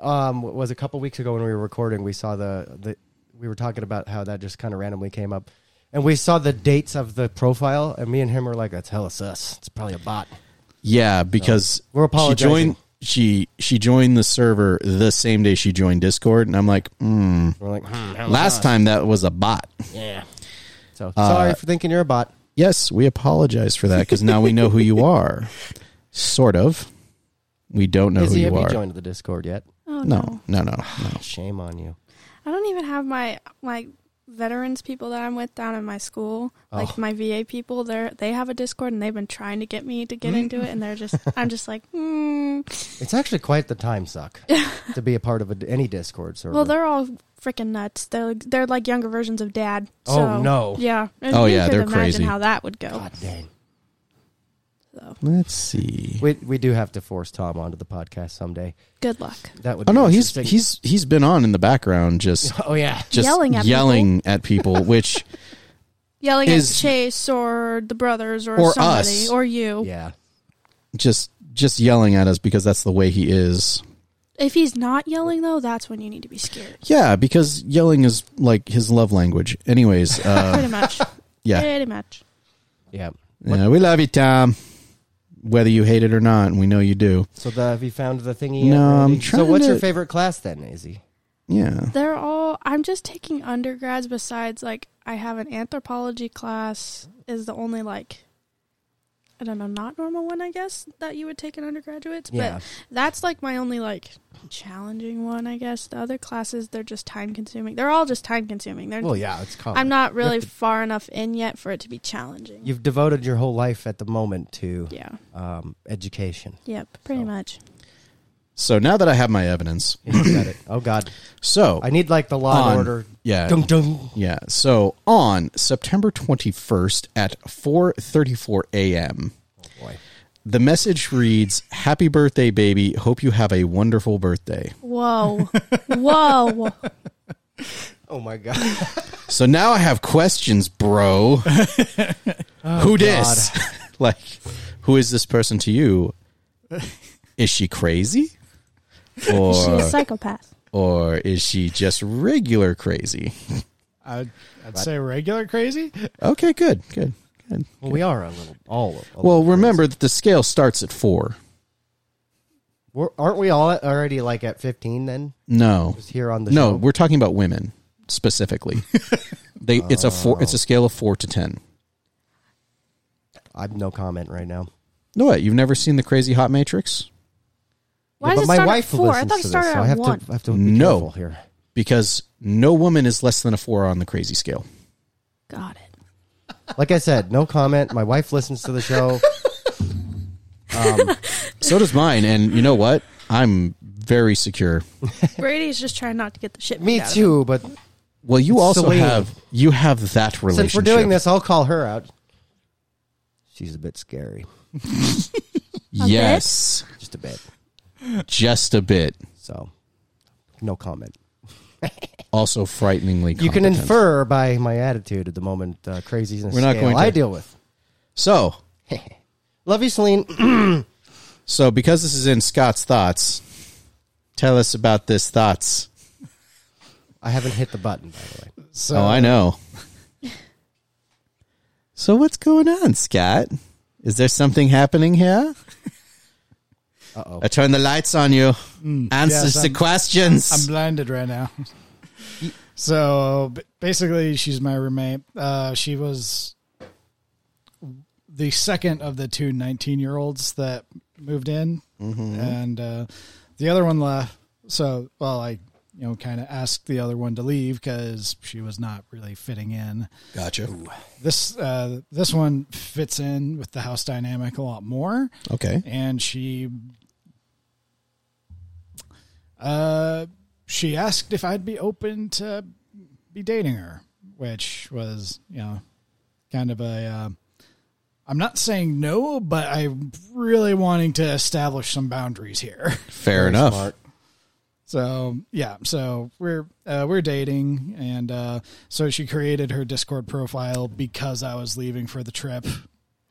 S2: um, what was it, a couple weeks ago when we were recording, we saw the, the we were talking about how that just kind of randomly came up, and we saw the dates of the profile, and me and him were like, "That's hella sus. It's probably a bot."
S3: Yeah, because
S2: We're apologizing.
S3: She joined, she she joined the server the same day she joined Discord, and I'm like, mm,
S2: We're like, hmm, hella
S3: last time that was a bot.
S2: yeah. So
S3: Uh,
S2: sorry for thinking you're a bot.
S3: Yes, we apologize for that because now we know who you are. Sort of. We don't know
S2: Izzy,
S3: who
S2: have
S3: you
S2: you
S3: are.
S2: joined Ah, the Discord yet?
S4: Oh no.
S3: no, no, no, no.
S2: Shame on you.
S4: I don't even have my my veterans people that I'm with down in my school.
S2: Oh,
S4: Like my VA people, they're they have a Discord and they've been trying to get me to get into it and they're just I'm just like, hmm
S2: It's actually quite the time suck to be a part of a, any Discord server.
S4: Well, they're all freaking nuts. They're they're like younger versions of dad.
S2: Oh,
S4: so,
S2: no.
S4: Yeah. And
S3: Oh,
S4: you
S3: yeah,
S4: could
S3: they're
S4: imagine
S3: crazy.
S4: How that would go.
S2: God dang.
S4: So
S3: Let's see.
S2: We, we do have to force Tom onto the podcast someday.
S4: good luck.
S2: That would.
S3: Oh
S2: be
S3: no, he's
S2: interesting.
S3: he's he's been on in the background just
S2: Oh yeah.
S3: just
S4: Yelling at
S3: yelling at people, which
S4: Yelling
S3: Is-
S4: at Chase or the brothers or,
S3: Or
S4: somebody
S3: us.
S4: or you.
S2: Yeah.
S3: just just yelling at us because that's the way he is.
S4: If he's not yelling though, that's when you need to be scared.
S3: Yeah, because yelling is like his love language. Anyways, uh,
S4: Pretty much.
S3: yeah,
S4: Pretty much.
S2: Yeah. What-
S3: yeah, we love you, Tom. Whether you hate it or not, and we know you do.
S2: So the, have you found the thingy?
S3: No,
S2: yet, Randy?
S3: I'm
S2: So
S3: trying
S2: what's
S3: to-
S2: your favorite class then, Izzy?
S3: Yeah,
S4: They're all. I'm just taking undergrads. Besides, like I have an anthropology class. Is the only like. I don't know, not normal one, I guess, that you would take in undergraduates.
S2: Yeah.
S4: But that's like my only like challenging one, I guess. The other classes, they're just time consuming. They're all just time consuming. They're
S2: Well, yeah, it's college.
S4: I'm not really far enough in yet for it to be challenging.
S2: You've devoted your whole life at the moment to
S4: yeah.
S2: um, education.
S4: Yep. Pretty much.
S3: So now that I have my evidence,
S2: You got it. Oh God,
S3: so
S2: I need like the Law
S3: On-
S2: and Order.
S3: yeah.
S2: Dung dung.
S3: yeah, so on September 21st at 4:34 a.m.
S2: Boy.
S3: The message reads, "Happy birthday, baby. Hope you have a wonderful birthday."
S4: Whoa. Whoa.
S2: Oh my God.
S3: So now I have questions, bro.
S2: Oh,
S3: who dis? like, who is this person to you? Is she crazy?
S4: She's a
S3: Or
S4: psychopath.
S3: or is she just regular crazy?
S5: I'd, I'd say regular crazy.
S3: Okay, good, good. Good.
S2: Well, we are a little all. a little
S3: Well,
S2: crazy.
S3: remember that the scale starts at four.
S2: We're, aren't we all already like at fifteen? Then
S3: No,
S2: just here on the
S3: no,
S2: show?
S3: we're talking about women specifically. they, it's a four.
S2: Oh.
S3: It's a scale of four to ten.
S2: I've no comment right now.
S3: No, what? You've never seen the Crazy Hot Matrix?
S4: Why
S2: Yeah,
S4: does it
S2: but my
S4: start
S2: wife
S4: at four? I
S2: listens
S4: thought it
S2: to this,
S4: started
S2: so
S4: at
S2: I have
S4: one.
S2: to I have to be
S3: No.
S2: careful here.
S3: Because no woman is less than a four on the crazy scale.
S4: Got it.
S2: Like I said, no comment. My wife listens to the show.
S3: So does mine, and you know what? I'm very secure.
S4: Brady's just trying not to get the shit.
S2: Me
S4: beat out of him.
S2: too, but
S3: Well, you
S2: It's
S3: also
S2: Selena.
S3: have you have that relationship.
S2: since we're doing this, I'll call her out. She's a bit scary,
S3: yes,
S2: just a bit.
S3: just a bit.
S2: So, no comment.
S3: Also, frighteningly.
S2: You can
S3: competent.
S2: infer by my attitude at the moment uh, craziness
S3: We're not
S2: scale
S3: going to.
S2: I deal with.
S3: So,
S2: Love you, Celine.
S3: so because this is in Scott's thoughts, tell us about this thoughts.
S2: I haven't hit the button, by the way.
S5: So
S3: oh, I know. so what's going on, Scott? Is there something happening here?
S2: Uh-oh.
S3: I turned the lights on you. Mm. Answers
S5: yes,
S3: to
S5: I'm-
S3: questions.
S5: I'm blinded right now. So b- basically, she's my roommate. Uh, she was the second of the two 19 year olds that moved in,
S3: Mm-hmm.
S5: and uh, the other one left. So, well, I you know kind of asked the other one to leave because she was not really fitting in.
S3: gotcha.
S5: This uh, this one fits in with the house dynamic a lot more
S3: Okay.
S5: and she uh she asked if I'd be open to be dating her, which was, you know, kind of a uh, I'm not saying no, but I'm really wanting to establish some boundaries here.
S3: Fair enough.
S5: So yeah, so we're uh, we're dating, and uh, so she created her Discord profile because I was leaving for the trip.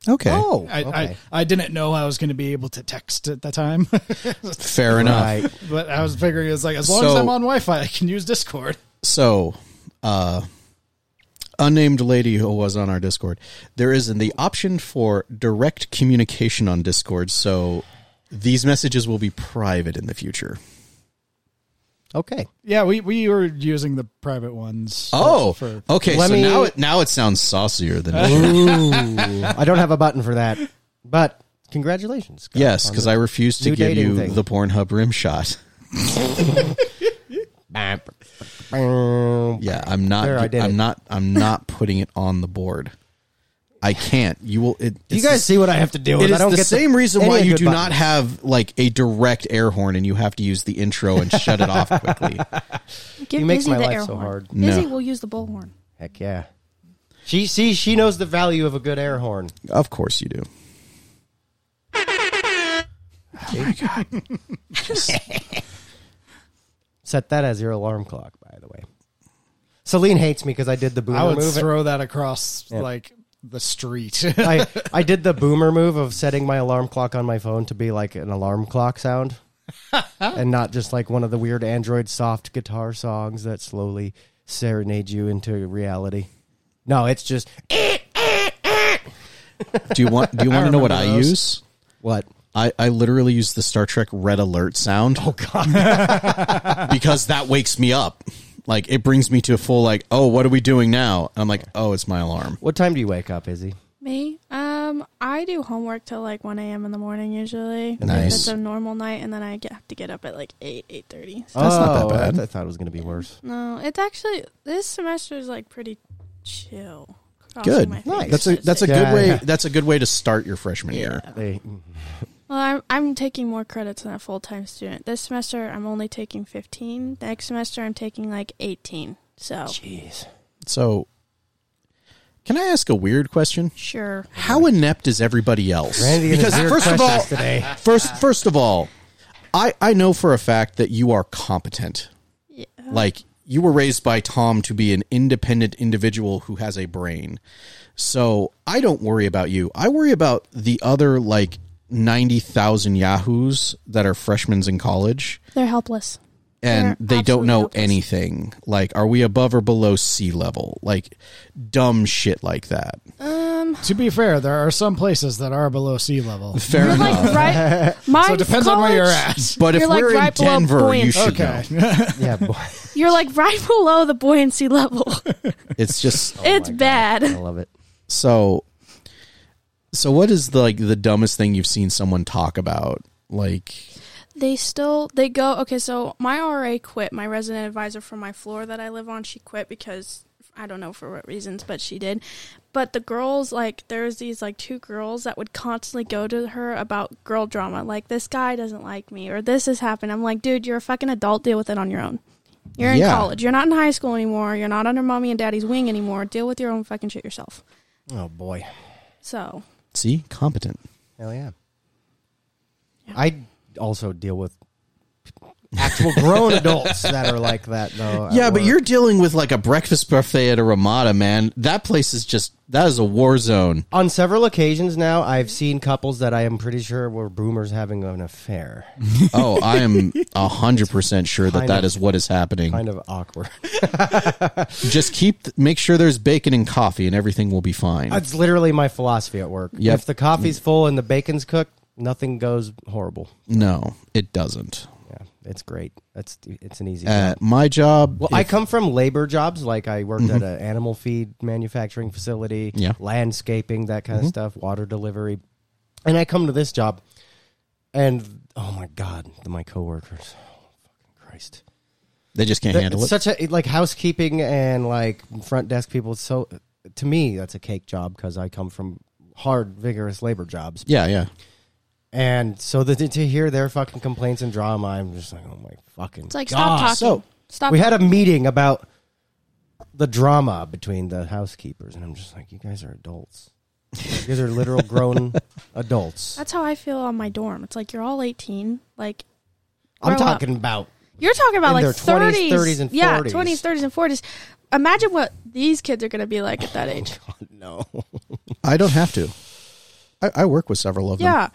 S3: Okay.
S2: Oh,
S5: I,
S2: okay.
S5: I I didn't know I was going to be able to text at the time.
S3: Fair enough.
S2: Right.
S5: But I was figuring it's like as long as
S3: So-
S5: I'm on Wi-Fi, I can use Discord.
S3: So, uh, unnamed lady who was on our Discord, there is the option for direct communication on Discord. So these messages will be private in the future.
S2: Okay.
S5: Yeah, we, we were using the private ones.
S3: Oh,
S5: for,
S3: okay.
S2: Let
S3: so
S2: me-
S3: now it now it sounds saucier than it should.
S2: Ooh. I don't have a button for that, but congratulations. Scott,
S3: yes,
S2: on
S3: because
S2: the-
S3: I refuse to
S2: New
S3: give
S2: dating
S3: you
S2: thing.
S3: the Pornhub rim shot. Yeah, I'm not.
S2: There, I did it.
S3: I'm not. I'm not putting it on the board. I can't. You will. It,
S2: Do you
S3: it's
S2: guys
S3: the
S2: see what I have to deal with? I
S3: It is
S2: don't
S3: the
S2: get
S3: same reason
S2: any
S3: why
S2: of
S3: you
S2: the
S3: do not
S2: buttons.
S3: have like a direct air horn and you have to use the intro and shut it off quickly.
S4: Give
S2: He makes
S4: Izzy
S2: my
S4: the
S2: life
S4: air
S2: so
S4: horn.
S2: hard.
S4: Izzy
S3: No.
S4: will use the bullhorn.
S2: Heck yeah. She see she knows the value of a good air horn.
S3: Of course you do.
S2: Set that as your alarm clock, by the way. Celine hates me because I did the boomer
S5: I would
S2: move.
S5: throw that across like the street.
S2: I, I did the boomer move of setting my alarm clock on my phone to be like an alarm clock sound and not just like one of the weird Android soft guitar songs that slowly serenade you into reality. No, it's just
S3: Do you want do you want to know what I
S5: those.
S3: use?
S2: what?
S3: I, I literally use the Star Trek red alert sound. Oh god. because that wakes me up. Like it brings me to a full like, oh, what are we doing now? And I'm like, oh, it's my alarm.
S2: What time do you wake up, Izzy?
S4: Me? Um, I do homework till like one a.m. in the morning usually.
S3: Nice.
S4: That's a normal night, and then I get, have to get up at like eight eight thirty. So,
S3: That's not that
S2: Oh, I-
S3: bad.
S2: I, thought it was going to be worse.
S4: no, it's actually this semester is like pretty chill. Crossing
S3: Good.
S4: my
S2: Nice.
S4: fingers
S3: That's a
S4: to
S3: that's a
S4: say-
S2: Yeah,
S3: good way
S2: yeah.
S3: that's a good way to start your freshman year.
S2: They,
S4: Oh. Well, I'm I'm taking more credits than a full time student. This semester I'm only taking fifteen. Next semester I'm taking like eighteen. So
S2: jeez.
S3: So can I ask a weird question?
S4: sure.
S3: How inept is everybody else?
S2: Randy and his
S3: because
S2: weird
S3: first of all,
S2: questions today.
S3: first first of all, I I know for a fact that you are competent.
S4: Yeah.
S3: Like you were raised by Tom to be an independent individual who has a brain. So I don't worry about you. I worry about the other like ninety thousand yahoos that are freshmen in college
S4: They're helpless.
S3: and
S4: They're
S3: they don't
S4: absolutely
S3: know
S4: helpless.
S3: anything. Like, are we above or below sea level? Like dumb shit like that.
S4: Um,
S5: To be fair, there are some places that are below sea level.
S3: Fair
S4: you're
S3: enough.
S4: like right. Mine's
S5: So it depends on where you're
S4: college.
S5: at.
S3: but if
S4: you're like
S3: we're
S4: right
S3: in
S4: below
S3: Denver, you
S4: buoyancy.
S3: should
S5: Okay.
S3: know.
S2: Yeah, boy.
S4: You're like right below the buoyancy level.
S5: Oh
S3: It's just
S4: it's bad.
S2: Oh I love it.
S3: so. So what is the, like the dumbest thing you've seen someone talk about? Like,
S4: They still they go okay. So my RA quit. My resident advisor from my floor that I live on, she quit because I don't know for what reasons, but she did. But the girls like there's these like two girls that would constantly go to her about girl drama. Like this guy doesn't like me or this has happened. I'm like, dude, you're a fucking adult. Deal with it on your own. You're in
S3: Yeah.
S4: college. You're not in high school anymore. You're not under mommy and daddy's wing anymore. Deal with your own fucking shit yourself.
S2: Oh boy.
S4: So
S3: see, competent.
S2: Hell yeah. I also deal with actual grown adults that are like that though. at
S3: Yeah, but
S2: work.
S3: you're dealing with like a breakfast buffet at a Ramada, man. That place is just that is a war zone.
S2: on several occasions now I've seen couples that I am pretty sure were boomers having an affair.
S3: Oh, I am a hundred percent sure that
S2: Kind
S3: that
S2: of-
S3: is what is happening.
S2: Kind of awkward.
S3: Just keep make sure there's bacon and coffee, and everything will be fine.
S2: That's literally my philosophy at work.
S3: Yep. Mm.
S2: If the coffee's full and the bacon's cooked, nothing goes horrible.
S3: no, it doesn't.
S2: Yeah, it's great. That's it's an easy. job.
S3: At my job,
S2: Well, I come from labor jobs. Like I worked at an animal feed manufacturing facility,
S3: Mm-hmm. Yeah. Mm-hmm.
S2: landscaping, that kind of stuff, water delivery. And I come to this job, and oh my god, my coworkers, oh, fucking Christ,
S3: they just can't
S2: That-
S3: handle
S2: it's
S3: it.
S2: such a like housekeeping and like front desk people. it's So to me, that's a cake job because I come from hard, vigorous labor jobs.
S3: yeah, yeah.
S2: And so the, to hear their fucking complaints and drama, I'm just like, oh my fucking.
S4: it's like stop talking.
S3: so-
S4: stop.
S2: Ah, we had a meeting about the drama between the housekeepers, and I'm just like, you guys are adults. You guys are literal grown adults.
S4: That's how I feel on my dorm. It's like you're all 18. Like
S2: I'm
S4: grow up.
S2: talking about
S4: You're talking about
S2: In
S4: like
S2: their 20s,
S4: 30s,
S2: 30s, and
S4: yeah,
S2: 40s.
S4: 20s, 30s, and 40s. Imagine what these kids are going to be like at that age.
S2: no.
S3: I don't have to. I, I work with several of them.
S4: yeah,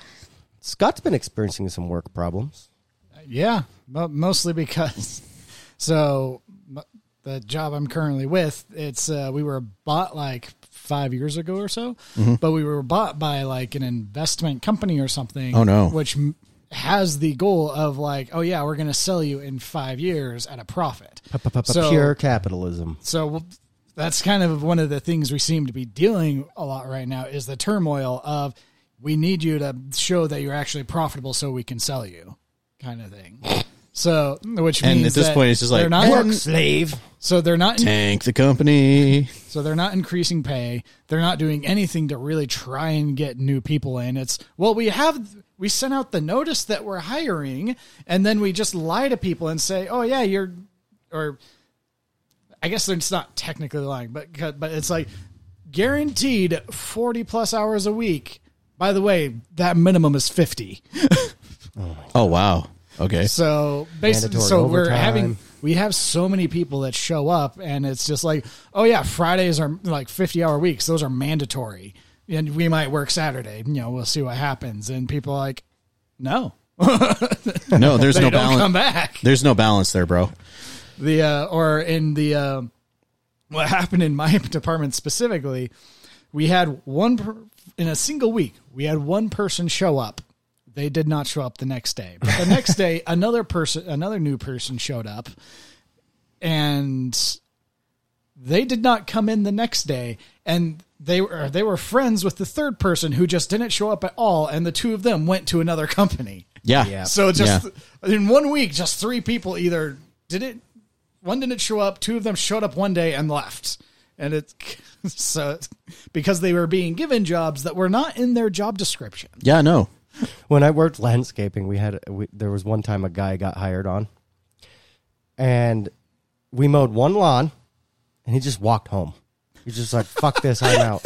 S2: Scott's been experiencing some work problems.
S5: Yeah, mo- mostly because so m- the job I'm currently with, it's uh, we were bought like five years ago or so,
S3: Mm-hmm.
S5: but we were bought by like an investment company or something.
S3: Oh, no.
S5: which m- has the goal of like, oh yeah, we're gonna sell you in five years at a profit. So-
S2: Pure capitalism.
S5: so w- that's kind of one of the things we seem to be dealing a lot right now is the turmoil of we need you to show that you're actually profitable so we can sell you, kind of thing. So, which
S3: And
S5: means
S3: at this
S5: that
S3: point, it's just
S5: they're
S3: like,
S5: not
S3: work
S2: Slave.
S5: so they're not
S3: Tank the company.
S5: so they're not increasing pay. They're not doing anything to really try and get new people in. It's well, we have we sent out the notice that we're hiring, and then we just lie to people and say, "Oh yeah, you're," or I guess it's not technically lying, but but it's like guaranteed forty plus hours a week. By the way, that minimum is fifty.
S3: Oh wow. Okay.
S5: So basically,
S2: Mandatory
S5: so we're
S2: overtime.
S5: having we have so many people that show up, and it's just like, oh yeah, Fridays are like fifty hour weeks; those are mandatory, and we might work Saturday. You know, we'll see what happens. And people are like, no,
S3: No, there's
S5: they
S3: no
S5: don't
S3: balance.
S5: come back.
S3: There's no balance there, bro.
S5: The uh, or in the uh, what happened in my department specifically, we had one per, in a single week. We had one person show up. They did not show up the next day. But the next day, another person, another new person showed up, and they did not come in the next day. And they were they were friends with the third person who just didn't show up at all. And the two of them went to another company.
S3: Yeah.
S2: Yeah.
S5: So just
S3: Yeah.
S5: in one week, just three people either did it. One didn't show up. Two of them showed up one day and left. And it so it's- because they were being given jobs that were not in their job description.
S3: Yeah. No.
S2: when I worked landscaping, we had we, there was one time a guy got hired on, and we mowed one lawn, and he just walked home. He's just like, "Fuck this, I'm out."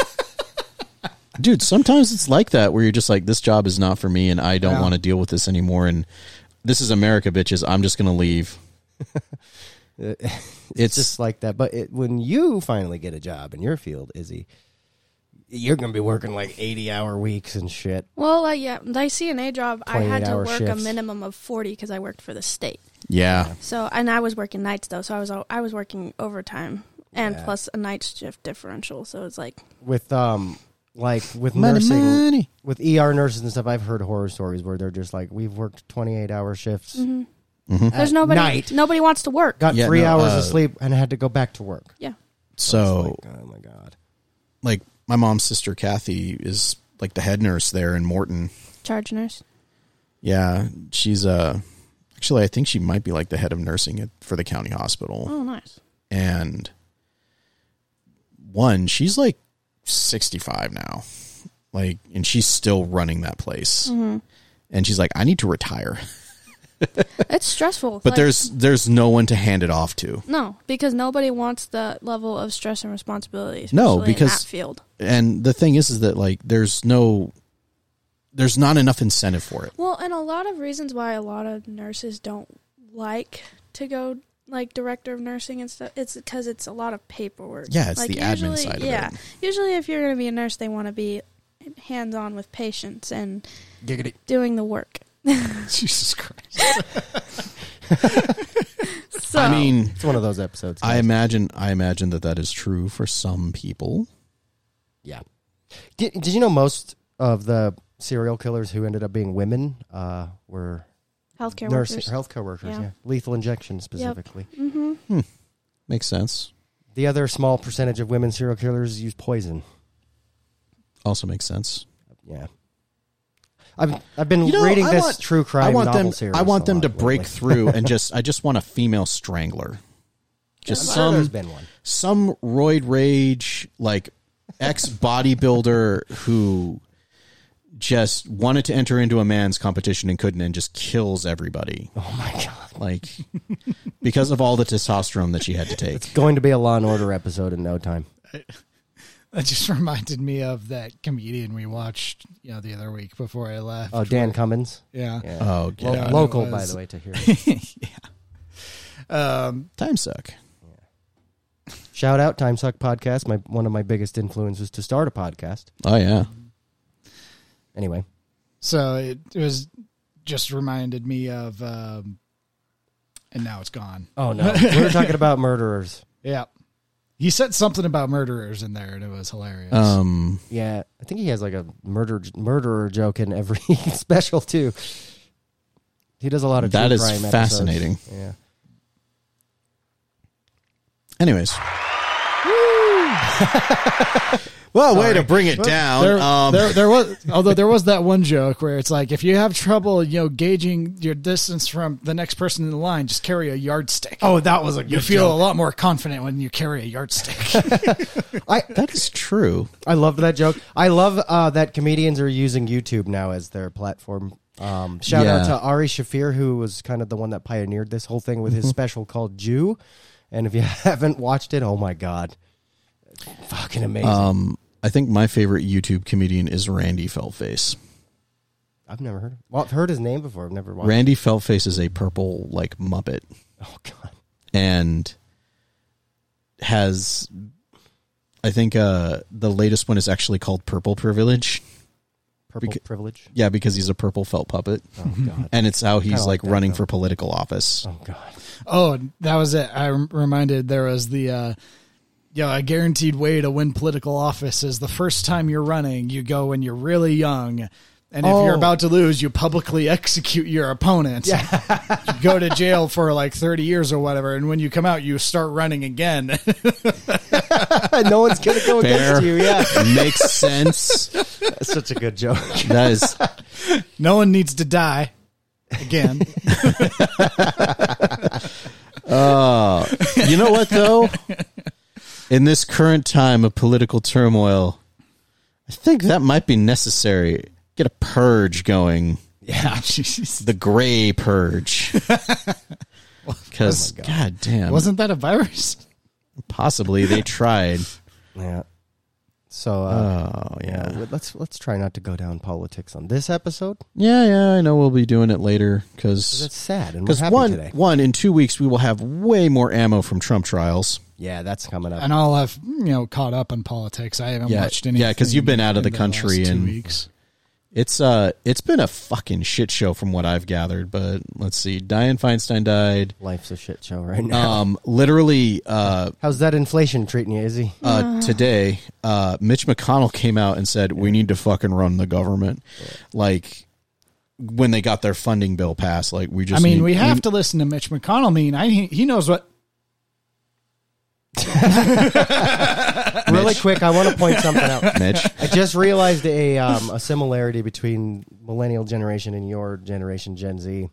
S3: dude sometimes it's like that where you're just like this job is not for me and i don't want to deal with this anymore and this is america bitches i'm just gonna leave it's
S2: Just like that. But it, when you finally get a job in your field, Izzy, you're gonna be working like eighty-hour weeks and shit.
S4: well, uh, yeah, my CNA job, I had to
S2: 28-hour
S4: work a
S2: shifts.
S4: minimum of forty because I worked for the state.
S3: yeah
S4: So, and I was working nights though, so I was al- I was working overtime and plus a night shift differential. So it's like
S2: With um, like with
S3: Money,
S2: nursing,
S3: money.
S2: with ER nurses and stuff. I've heard horror stories where they're just like, we've worked twenty eight hour shifts,
S3: Mm-hmm.
S2: at
S4: mm-hmm. There's nobody.
S2: night,
S4: Nobody wants to work.
S2: got
S3: Mm. Yeah,
S2: three
S3: no,
S2: hours
S3: uh,
S2: of sleep, and had to go back to work.
S4: yeah.
S3: So,
S2: Like, oh my god,
S3: like, my mom's sister Kathy is like the head nurse there in Morton.
S4: Charge nurse.
S3: Yeah, she's uh actually I think she might be like the head of nursing at, for the county hospital.
S4: Oh, nice.
S3: And one, she's like 65 now. Like and she's still running that place.
S4: Mm. Mm-hmm.
S3: And she's like I need to retire.
S4: It's stressful.
S3: But
S4: like-
S3: there's there's no one to hand it off to.
S4: no because nobody wants the level of stress and responsibility.
S3: No,
S4: especially
S3: because-
S4: in that field.
S3: And the thing is is that like there's no there's not enough incentive for it.
S4: Well, and a lot of reasons why a lot of nurses don't like to go like director of nursing and stuff. It's because it's a lot of paperwork.
S3: Yeah, it's
S4: like,
S3: the admin side of it.
S4: yeah, usually if you're going to be a nurse, they want to be hands on with patients and
S2: giggity.
S4: doing the work.
S3: Jesus Christ.
S4: So
S3: I mean,
S2: It's one of those episodes.
S3: I
S2: guys.
S3: imagine I imagine that that is true for some people.
S2: Yeah. Did, did you know most of the serial killers who ended up being women uh, were
S4: healthcare
S2: nursing,
S4: workers.
S2: healthcare workers? Yeah.
S4: Yeah.
S2: Lethal injection specifically.
S3: Makes sense.
S2: The other small percentage of women serial killers use poison.
S3: Also makes sense.
S2: Yeah. I've, I've been reading this true crime
S3: I want
S2: novel
S3: them.
S2: series.
S3: I want
S2: a
S3: them
S2: lot
S3: to break
S2: lately.
S3: through and just. I just want a female strangler. Just
S2: I'm sure
S3: some
S2: there's been one.
S3: some roid rage like ex bodybuilder who just wanted to enter into a man's competition and couldn't and just kills everybody
S2: Oh my god!
S3: like because of all the testosterone that she had to take.
S2: Going to be a Law and Order episode in no time.
S5: That just reminded me of that comedian we watched, you know, the other week before I left.
S2: Oh, Dan Cummins.
S5: yeah.
S2: Yeah.
S3: Oh
S2: Lo-
S3: god,
S2: local,
S5: it
S2: by
S5: was.
S2: the way, to here.
S5: Um,
S3: time suck.
S2: Shout out Time Suck Podcast. My one of my biggest influences to start a podcast.
S3: Oh yeah,
S2: Anyway,
S5: so it, it was just reminded me of, um, and now it's gone.
S2: Oh no, we were talking about murderers.
S5: Yeah. He said something about murderers in there, and it was hilarious.
S3: um,
S2: Yeah, I think he has like a murder murderer joke in every special too. He does a lot of
S3: That
S2: true
S3: is
S2: crime episodes.
S3: fascinating.
S2: Yeah,
S3: Anyways. well, way to bring it down.
S5: There,
S3: um,
S5: there, there was, although there was that one joke where it's like, if you have trouble, you know, gauging your distance from the next person in the line, just carry a yardstick. Oh, that was a You feel a lot more confident when you carry a yardstick.
S3: that is true.
S2: I loved that joke. I love uh, that comedians are using YouTube now as their platform. Um, shout out
S3: Yeah.
S2: to Ari Shafir, who was kind of the one that pioneered this whole thing with
S3: Mm-hmm.
S2: his special called Jew. And if you haven't watched it, oh my god, fucking amazing!
S3: Um, I think my favorite YouTube comedian is Randy Feltface.
S2: I've never heard. Well, I've heard his name before. I've never watched.
S3: Randy Feltface is a purple like Muppet
S2: oh god,
S3: and has I think uh the latest one is actually called Purple Privilege.
S2: purple
S3: Beca-
S2: privilege.
S3: Yeah, because he's a purple felt puppet.
S2: Oh god.
S3: And it's how he's
S2: Kinda
S3: like,
S2: like that,
S3: running
S2: though.
S3: for political office.
S2: Oh god.
S5: oh, that was it. I rem- reminded there was the, uh, yeah, a guaranteed way to win political office is the first time you're running, you go when you're really young. And if you're
S2: Oh.
S5: about to lose, you publicly execute your opponent. You go to jail for like 30 years or whatever. And when you come out, you start running again.
S2: no one's gonna go
S3: Fair.
S2: against you. Yeah,
S3: Makes sense.
S2: that's such a good joke.
S3: That is
S5: no one needs to die again.
S3: Uh, you know what though? In this current time of political turmoil, I think that might be necessary. Get a purge going,
S5: yeah.
S3: the gray purge. Because
S2: Oh my
S3: goddamn,
S2: God.
S3: god damn,
S5: Wasn't that a virus?
S3: possibly they tried.
S2: Yeah. So uh,
S3: Oh
S2: yeah,
S3: yeah,
S2: let- let's let's try not to go down politics on this episode.
S3: yeah, yeah. I know we'll be doing it later
S2: 'cause It's
S3: because
S2: sad, and we're
S3: because
S2: happy
S3: one
S2: today.
S3: one in two weeks we will have way more ammo from Trump trials.
S2: Yeah, that's coming up.
S5: And I'll have, you know, caught up on politics. I haven't
S3: Yeah,
S5: watched
S3: yeah,
S5: anything.
S3: 'cause you've been out of
S5: in
S3: the country
S5: last two
S3: and-
S5: weeks.
S3: It's uh, it's been a fucking shit show from what I've gathered. But let's see, Diane Feinstein died.
S2: Life's a shit show right now.
S3: Um, literally, uh,
S2: How's that inflation treating you, Izzy?
S3: uh, today, uh, Mitch McConnell came out and said, "We need to fucking run the government." Like when they got their funding bill passed, like we
S5: I
S3: just.
S5: mean,
S3: need-
S5: we have to listen to Mitch McConnell. I mean, I he knows what.
S2: Really quick, I want to point something out.
S3: Mitch.
S2: I just realized a um, a similarity between millennial generation and your generation, Gen Z.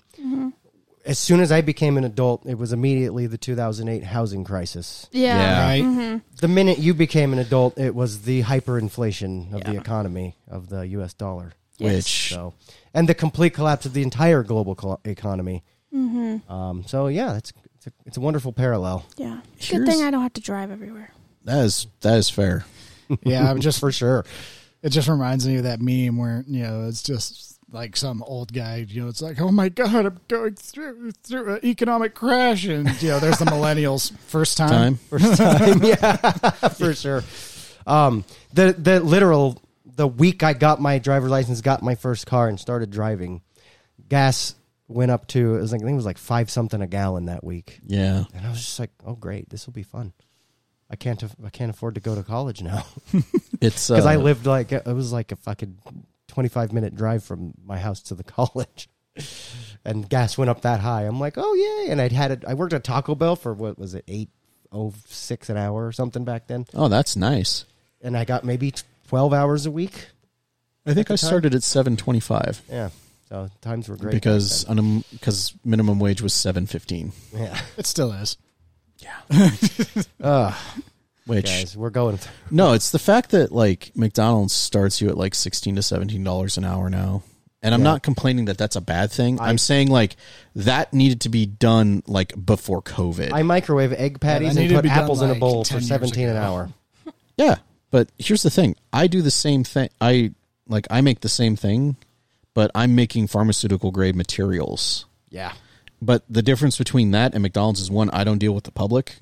S2: As soon as I became an adult, it was immediately the 2008 housing crisis.
S4: Yeah.
S3: Yeah.
S5: Right.
S2: The minute you became an adult, it was the hyperinflation of the economy of the U.S. dollar.
S3: Which
S2: So, and the complete collapse of the entire global col- economy. Um, so yeah, that's it's a, it's a wonderful parallel
S4: Yeah. Good
S3: Here's-
S4: thing I don't have to drive everywhere.
S3: that is that is fair.
S5: Yeah, I'm just
S2: for sure.
S5: It just reminds me of that meme where you know it's just like some old guy. You know, it's like, oh my god, I'm going through through an economic crash, and you know, there's the millennials first time.
S3: Time.
S2: for sure. Um, the the literal the week I got my driver's license, got my first car, and started driving, gas went up to it was like I think it was like five something a gallon that week,
S3: Yeah.
S2: and I was just like, oh great, this will be fun. I can't af- I can't afford to go to college now
S3: It's
S2: because I
S3: uh,
S2: lived like it was like a fucking twenty five minute drive from my house to the college. And gas went up that high. I'm like, oh yay! And I'd had it. I worked at Taco Bell for what was it, eight oh six an hour or something back then.
S3: Oh, that's nice.
S2: and I got maybe t- 12 hours a week.
S3: I think I
S2: time?
S3: started at seven twenty five
S2: Yeah. So times were great.
S3: because unim- because minimum wage was seven fifteen.
S2: yeah.
S5: It still is.
S2: Ugh,
S3: Which
S2: guys, we're going. th-
S3: no, it's the fact that like McDonald's starts you at like sixteen to seventeen dollars an hour now. And I'm
S2: Yeah.
S3: not complaining that that's a bad thing. I,
S2: I-
S3: am saying like that needed to be done like before COVID.
S2: I microwave egg patties and
S5: needed to
S2: put
S5: be done,
S2: apples in a
S5: like,
S2: bowl
S5: 10
S2: for
S5: years
S2: 17 an
S5: ago.
S2: hour.
S3: yeah, but here's the thing: I do the same thing. I like I make the same thing, but I'm making pharmaceutical grade materials.
S2: Yeah.
S3: But the difference between that and McDonald's is one, I don't deal with the public.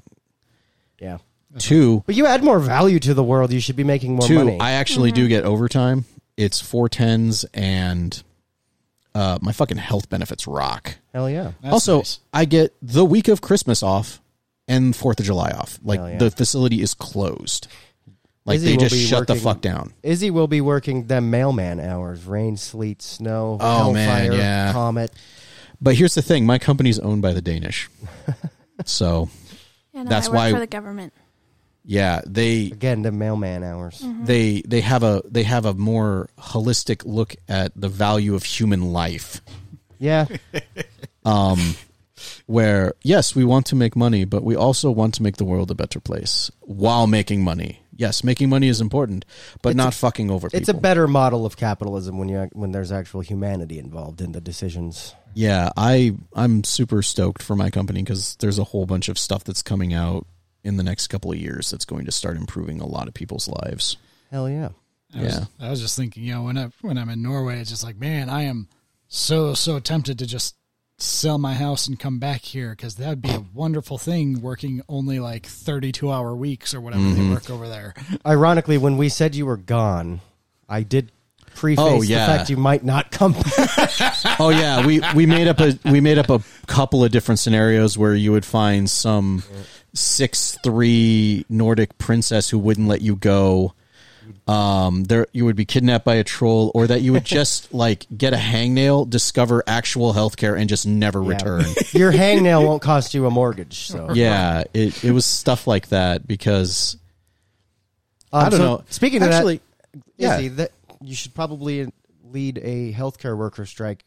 S2: Yeah.
S3: Two,
S2: But you add more value to the world. You should be making more
S3: two,
S2: money.
S3: I actually do get overtime. It's four tens and uh, my fucking health benefits rock.
S2: Hell yeah.
S5: That's
S3: also,
S5: nice.
S3: I get the week of Christmas off and Fourth of July off. Like
S2: Hell yeah.
S3: the facility is closed. Like
S2: Izzy
S3: they
S2: will
S3: just
S2: be
S3: shut the
S2: working-
S3: fuck down.
S2: Izzy will be working them mailman hours rain, sleet, snow,
S3: Oh, man,
S2: hellfire,
S3: yeah.
S2: comet.
S3: But here's the thing: my company's owned by the Danish, so
S4: Yeah, no,
S3: That's
S4: I work
S3: why-
S4: for the government.
S3: yeah they
S2: Again, the mailman hours.
S3: they they have a they have a more holistic look at the value of human life.
S2: Yeah.
S3: Um, where yes, we want to make money, but we also want to make the world a better place while making money. Yes, making money is important, but not fucking over people.
S2: It's a better model of capitalism when you when there's actual humanity involved in the decisions.
S3: yeah. I I'm super stoked for my company because there's a whole bunch of stuff that's coming out in the next couple of years that's going to start improving a lot of people's lives.
S2: Hell yeah.
S5: I was,
S3: yeah.
S5: I was just thinking, you know, when I when I'm in Norway, it's just like, man, I am so so tempted to just sell my house and come back here because that would be a wonderful thing. Working only like 32 hour weeks or whatever
S3: Mm-hmm.
S5: they work over there.
S2: ironically, when we said you were gone, I did preface
S3: Oh, yeah.
S2: the fact you might not come back.
S3: oh yeah, we we made up a we made up a couple of different scenarios where you would find some six three Nordic princess who wouldn't let you go. Um, there you would be kidnapped by a troll, or that you would just like get a hangnail, discover actual healthcare, and just never return.
S2: Your hangnail won't cost you a mortgage. So
S3: yeah, it it was stuff like that because I don't know.
S2: Um, Speaking of
S3: actually,
S2: that,
S3: yeah.
S2: Izzy, that you should probably lead a healthcare worker strike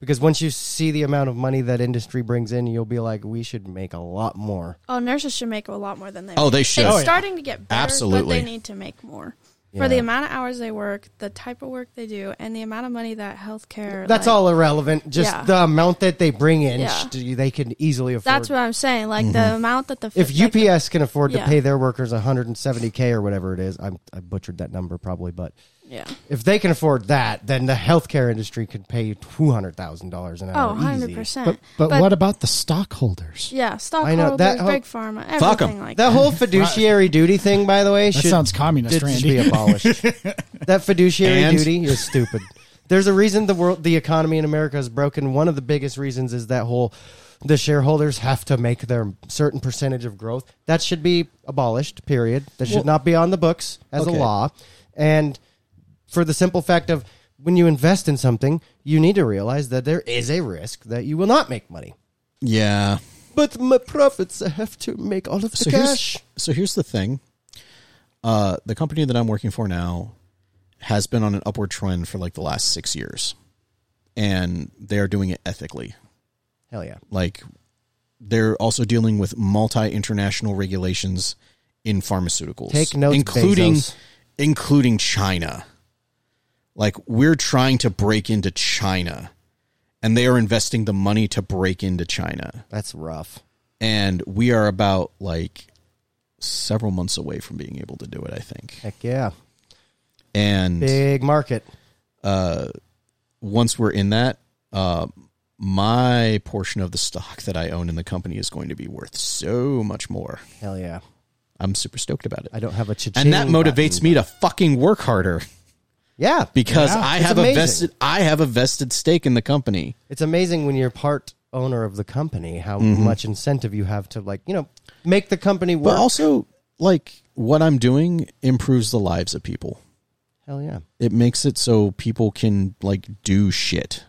S2: because once you see the amount of money that industry brings in, you'll be like, we should make a lot more.
S4: Oh, nurses should make a lot more than they.
S3: Oh,
S4: make.
S3: they should.
S4: It's
S3: Oh, yeah.
S4: starting to get better, but
S3: Absolutely.
S4: they need to make more
S2: Yeah.
S4: for the amount of hours they work, the type of work they do, and the amount of money that healthcare.
S2: That's
S4: like-
S2: all irrelevant. Just
S4: Yeah.
S2: the amount that they bring in,
S4: Yeah.
S2: sh- they can easily afford.
S4: That's what I'm saying. Like
S3: Mm-hmm.
S4: the amount that the
S2: if
S4: like, the-
S2: UPS can afford to
S4: Yeah.
S2: pay their workers 170k or whatever it is, I'm, I butchered that number probably, but
S4: yeah.
S2: if they can afford that, then the healthcare industry could pay two hundred thousand dollars an hour.
S4: Oh,
S2: easy.
S4: 100 percent.
S5: But, but what about the stockholders?
S4: Yeah,
S2: I know,
S4: stockholders,
S2: that whole-
S4: big pharma, everything
S3: Fuck 'em.
S4: like
S2: That
S4: that.
S2: whole fiduciary duty thing, by the way,
S5: That
S2: should
S5: sounds communist,
S2: did- should be
S5: Randy.
S2: abolished. that fiduciary
S3: And?
S2: duty is stupid. There's a reason the world, the economy in America is broken. One of the biggest reasons is that whole the shareholders have to make their certain percentage of growth. That should be abolished. Period. That should not be on the books as
S3: okay.
S2: a law. And for the simple fact of when you invest in something, you need to realize that there is a risk that you will not make money.
S3: Yeah.
S2: But my profits, I have to make all of the
S3: So
S2: cash.
S3: here's, so here's the thing. Uh, the company that I'm working for now has been on an upward trend for like the last six years, and they are doing it ethically.
S2: Hell yeah.
S3: Like they're also dealing with multi international regulations in pharmaceuticals,
S2: Take notes,
S3: including
S2: Bezos.
S3: including China. Like we're trying to break into China, and they are investing the money to break into China
S2: That's rough.
S3: and we are about like several months away from being able to do it i think
S2: Heck yeah.
S3: and uh,
S2: Big market.
S3: once we're in that uh, my portion of the stock that i own in the company is going to be worth so much more
S2: Hell yeah.
S3: i'm super stoked about it
S2: I don't have a cha-ching
S3: and that motivates
S2: button.
S3: me to fucking work harder
S2: Yeah.
S3: because
S2: Yeah.
S3: i
S2: It's
S3: have a
S2: amazing.
S3: vested i have a vested stake in the company
S2: It's amazing when you're part owner of the company how much incentive you have to like, you know, make the company work.
S3: Mm-hmm. but also like what i'm doing improves the lives of people
S2: Hell yeah.
S3: it makes it so people can like do shit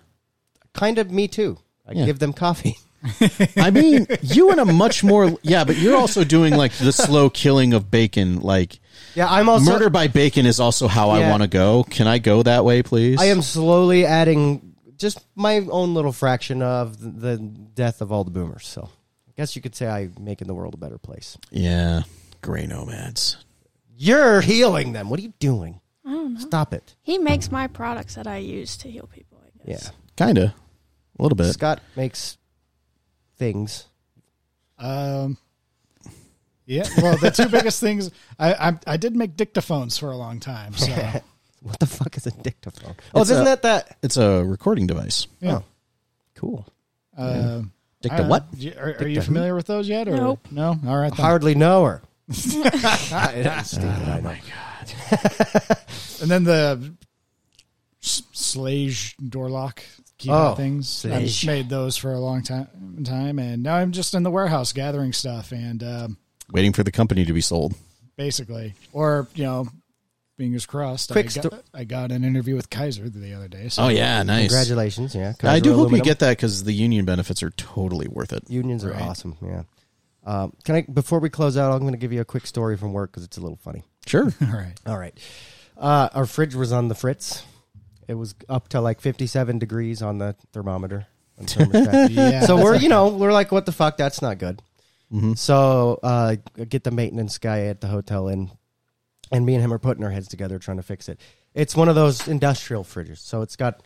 S2: Kind of me too. I
S3: Yeah.
S2: give them coffee.
S3: I mean, you in a much more yeah, but you're also doing like the slow killing of bacon. Like
S2: Yeah, I'm also
S3: murder by bacon is also how I
S2: Oh, Yeah.
S3: want to go. Can I go that way, please?
S2: I am slowly adding just my own little fraction of the the death of all the boomers. So I guess you could say I'm making the world a better place.
S3: Yeah, gray nomads.
S2: You're healing them. What are you doing?
S4: I don't know.
S2: Stop it.
S4: He makes my products that I use to heal people. I
S2: Yeah.
S4: guess.
S3: Kinda, a little bit.
S2: Scott makes things.
S5: Um, yeah, well, the two biggest things I, I I did make dictaphones for a long time, so
S2: What the fuck is a dictaphone? Oh,
S3: It's
S2: isn't
S3: a-
S2: that that?
S3: It's a recording device.
S5: yeah.
S2: Oh. Cool.
S5: Um,
S3: Dicta
S5: I don't
S3: what?
S5: know. Do you- Are, are you
S2: Dicta-
S5: familiar with those yet? Or?
S4: Nope.
S5: No. All right. then.
S2: Hardly know her. oh my god.
S5: And then the s- slage door lock key
S2: Oh,
S5: things.
S2: slage.
S5: I made those for a long time, time, and now I'm just in the warehouse gathering stuff and um,
S3: Waiting for the company to be sold.
S5: basically, or you know, fingers crossed.
S2: Quick
S5: I, got,
S2: sto-
S5: I got an interview with Kaiser the other day. So
S3: Oh yeah, nice.
S2: Congratulations. Yeah.
S3: I
S2: Kaiser
S3: do hope you
S2: Aluminum.
S3: get that because the union benefits are totally worth it.
S2: unions are
S5: Right.
S2: awesome. Yeah. Um, can I before we close out? I'm going to give you a quick story from work because it's a little funny.
S3: Sure.
S5: all right.
S2: All right. Uh, our fridge was on the fritz. It was up to like 57 degrees on the thermometer. on thermostat.
S5: Yeah.
S2: so we're you know we're like what the fuck that's not good so uh get the maintenance guy at the hotel in and me and him are putting our heads together trying to fix it it's one of those industrial fridges so it's got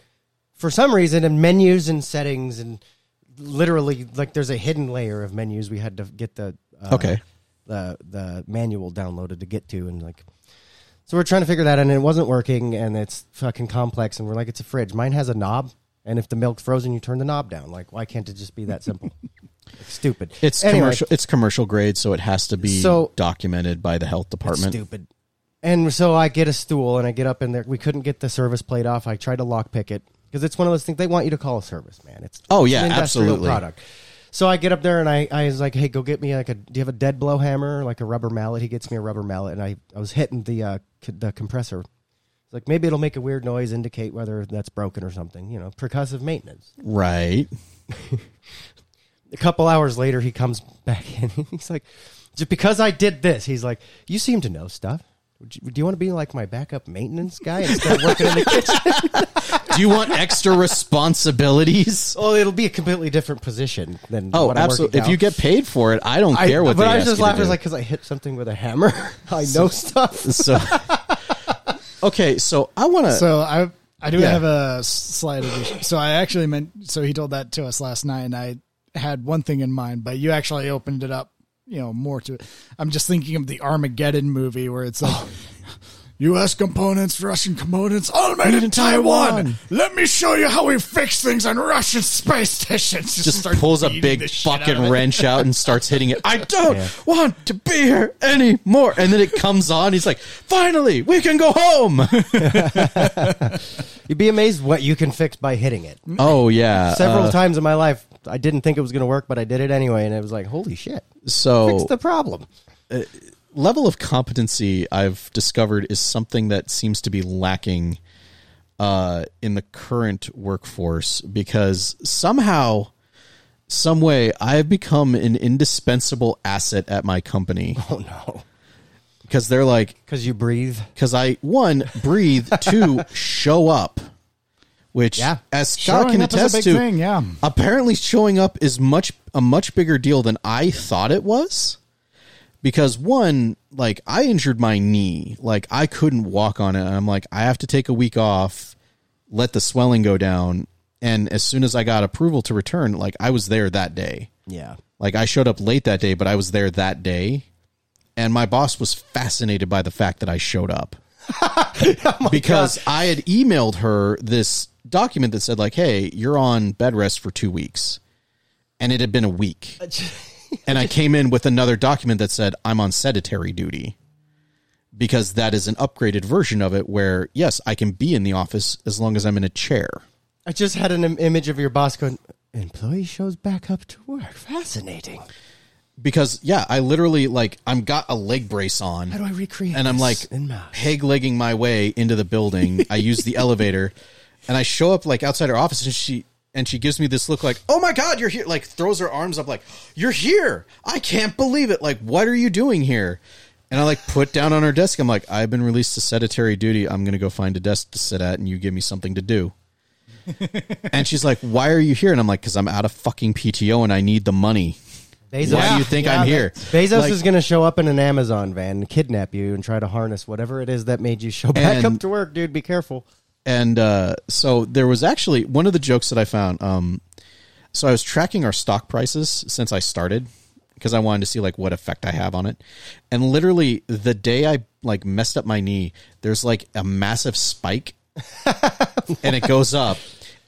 S2: for some reason and menus and settings and literally like there's a hidden layer of menus we had to get the uh,
S3: Okay.
S2: the the manual downloaded to get to and like so we're trying to figure that out and it wasn't working and it's fucking complex and we're like it's a fridge mine has a knob and if the milk's frozen you turn the knob down like why can't it just be that simple it's stupid
S3: It's
S2: Anyway,
S3: commercial. It's commercial grade, so it has to be
S2: So-
S3: documented by the health
S2: it's
S3: department.
S2: stupid and so I get a stool and I get up in there we couldn't get the service plate off I tried to lock pick it because it's one of those things they want you to call a service man it's
S3: Oh,
S2: it's
S3: yeah,
S2: an industrial
S3: absolutely.
S2: product so I get up there and I, I was like, hey, go get me like a, do you have a dead blow hammer, like a rubber mallet? He gets me a rubber mallet and I, I was hitting the, uh, c- the compressor. It's like, maybe it'll make a weird noise, indicate whether that's broken or something, you know, percussive maintenance.
S3: Right.
S2: A couple hours later, he comes back in and he's like, just because I did this, he's like, you seem to know stuff. Would you- Do you want to be like my backup maintenance guy and start working in the kitchen?
S3: Do you want extra responsibilities?
S2: Oh, it'll be a completely different position than
S3: Oh,
S2: what I'm working
S3: absolutely. If
S2: now.
S3: you get paid for it, I don't
S2: I,
S3: care what
S2: but
S3: they
S2: I was
S3: ask
S2: just
S3: you to
S2: laughing
S3: do.
S2: like because I hit something with a hammer. I know stuff.
S3: so. okay, so I want to.
S5: So I I do
S3: Uh, Yeah.
S5: have a s- slight addition. So I actually meant so he told that to us last night, and I had one thing in mind, but you actually opened
S3: Oh.
S5: it up, you know, more to. I'm just thinking of the Armageddon movie where it's like. U.S. components, Russian components, all made in Taiwan. Let me show you how we fix things on Russian space stations.
S3: just
S5: start
S3: pulls a
S5: beating the
S3: big
S5: shit out
S3: fucking
S5: of it.
S3: wrench out and starts hitting it. I don't want to be here anymore. And then it comes on. He's like, finally, we can go home.
S2: You'd be amazed what you can fix by hitting it.
S3: oh, yeah.
S2: Several
S3: Uh,
S2: times in my life, I didn't think it was going to work, but I did it anyway, and it was like, holy shit,
S3: so
S2: fix the problem.
S3: level of competency I've discovered is something that seems to be lacking uh, in the current workforce because somehow, some way, I have become an indispensable asset at my company
S2: Oh no,
S3: because they're like,
S2: because you breathe.
S3: because I one breathe, two show up, which
S2: Yeah.
S3: as Scott
S5: Showing
S3: can
S5: up is a
S3: attest
S5: big
S3: to,
S5: thing, yeah.
S3: apparently showing up is much a much bigger deal than I thought it was. Because one, like I injured my knee, like I couldn't walk on it, and I'm like, I have to take a week off, let the swelling go down, and as soon as I got approval to return, like I was there that day.
S2: Yeah,
S3: Like I showed up late that day, but I was there that day. And my boss was fascinated by the fact that I showed up.
S2: Oh
S3: because I had emailed her this document that said like, "Hey, you're on bed rest for 2 weeks." And it had been a week. and I came in with another document that said, "I'm on sedentary duty." Because that is an upgraded version of it where, yes, I can be in the office as long as I'm in a chair.
S2: I just had an im- image of your boss going, "Employee shows back up to work. Fascinating.
S3: Because yeah, I literally like I'm got a leg brace on.
S2: How do I recreate?"
S3: and I'm like
S2: this in mouse?
S3: peg legging my way into the building. I use the elevator, and I show up like outside her office, and she and she gives me this look like, "Oh my god, you're here!" Like throws her arms up, like, "You're here! I can't believe it! Like, what are you doing here?" And I like put down on her desk. I'm like, "I've been released to sedentary duty. I'm gonna go find a desk to sit at, and you give me something to do." and she's like, "Why are you here?" And I'm like, "Cause I'm out of fucking PTO, and I need the money."
S2: Bezos.
S3: Why do you think
S5: yeah,
S3: I'm
S5: that-
S3: here?
S2: Bezos
S3: Like-
S2: is going to show up in an Amazon van, kidnap you, and try to harness whatever it is that made you show back
S3: And-
S2: up to work, dude. Be careful.
S3: and uh, so there was actually one of the jokes that I found. Um, so I was tracking our stock prices since I started because I wanted to see like what effect I have on it. And literally the day I like messed up my knee, there's like a massive spike, and it goes up,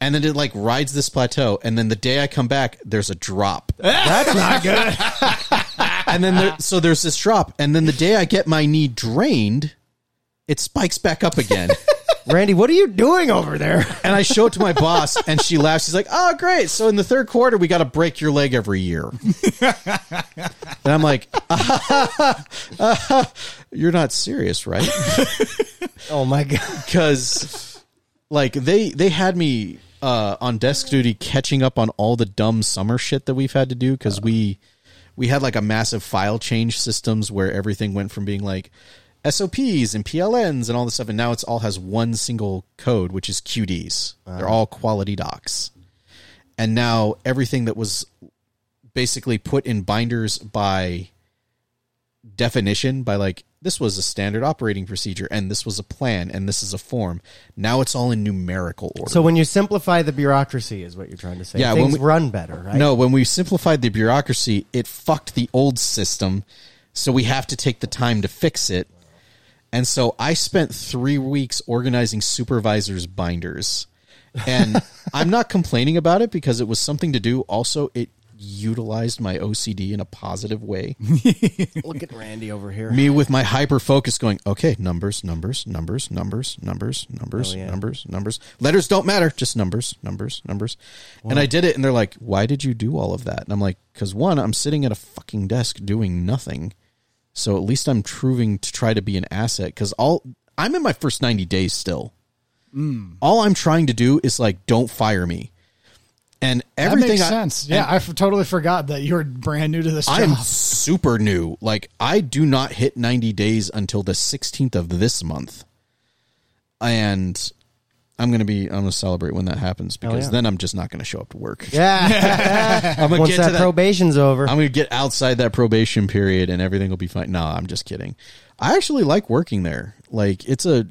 S3: and then it like rides this plateau, and then the day I come back, there's a drop
S5: That's not good.
S3: and then there, so there's this drop, and then the day I get my knee drained, it spikes back up again.
S2: Randy, what are you doing over there?
S3: and I show it to my boss, and she laughs. She's like, "Oh, great! So in the third quarter, we got to break your leg every year." and I'm like, "Uh, "You're not serious, right?"
S2: Oh my god.
S3: Because like they they had me uh, on desk duty catching up on all the dumb summer shit that we've had to do because we we had like a massive file change systems where everything went from being like SOPs and PLNs and all this stuff, and now it's all has one single code, which is QDs. They're all quality docs, and now everything that was basically put in binders by definition by like this was a standard operating procedure and this was a plan and this is a form now it's all in numerical order
S2: So when you simplify the bureaucracy, is what you're trying to say.
S3: Yeah, when
S2: things
S3: we-
S2: run better, right?
S3: No, when we simplified the bureaucracy, it fucked the old system. So we have to take the time to fix it. And so I spent three weeks organizing supervisors' binders. And I'm not complaining about it because it was something to do. Also, it utilized my OCD in a positive way.
S2: Look at Randy over here.
S3: Me with my hyper focus going, okay, numbers, numbers, numbers, numbers, numbers,
S5: Oh,
S3: numbers, numbers, numbers. Letters don't matter, just numbers, numbers, numbers. And I did it, and they're like, why did you do all of that? And I'm like, because one, I'm sitting at a fucking desk doing nothing. So at least I'm proving to try to be an asset because all I'm in my first 90 days still.
S5: Mm.
S3: All I'm trying to do is like, don't fire me. And everything
S5: that makes
S3: I-
S5: sense. Yeah, I f- totally forgot that you were brand new to this
S3: I
S5: job.
S3: am super new. Like I do not hit 90 days until the 16th of this month. And I'm going to be I'm going to celebrate when that happens because
S2: yeah.
S3: then I'm just not going to show up to work.
S2: Yeah.
S3: I'm going to
S2: Once
S3: get to
S2: that
S3: that
S2: probation's over,
S3: I'm going to get outside that probation period and everything will be fine. No, I'm just kidding. I actually like working there. Like it's a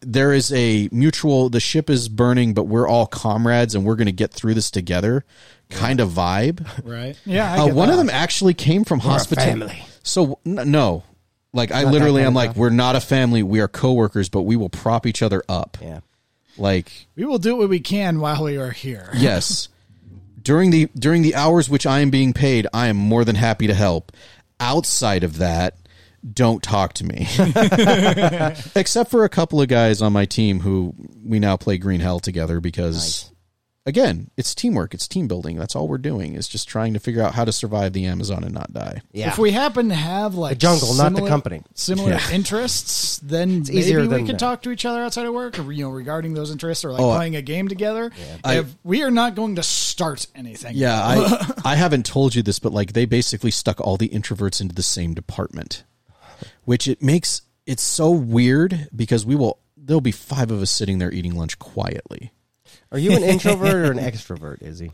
S3: there is a mutual the ship is burning but we're all comrades and we're going to get through this together kind of vibe.
S5: right? Yeah, I
S3: Uh,
S5: get
S3: one
S5: that.
S3: of them actually came from hospitality.
S2: family.
S3: So n- no, Like
S2: Not
S3: I
S2: that
S3: literally,
S2: kind
S3: I'm
S2: of
S3: like,
S2: stuff.
S3: we're not a family. We are coworkers, but we will prop each other up.
S2: Yeah.
S3: Like
S5: We will do what we can while we are here.
S3: yes, during the during the hours which I am being paid, I am more than happy to help. Outside of that, don't talk to me. Except for a couple of guys on my team who we now play Green Hell together because. Again, it's teamwork. It's team building. That's all we're doing is just trying to figure out how to survive the Amazon and not die.
S2: Yeah.
S5: If we happen to have like
S2: The jungle, not the company.
S5: similar
S3: Yeah.
S5: interests, then
S2: easier
S5: maybe we
S2: than
S5: can
S2: that.
S5: talk to each other outside of work, or you know, regarding those interests, or like
S3: Oh, I-
S5: playing a game together.
S3: I-
S5: if we are not going to start anything,
S3: Yeah, I I haven't told you this, but like they basically stuck all the introverts into the same department, which it makes it's so weird because we will there'll be five of us sitting there eating lunch quietly.
S2: Are you an introvert or an extrovert, Izzy?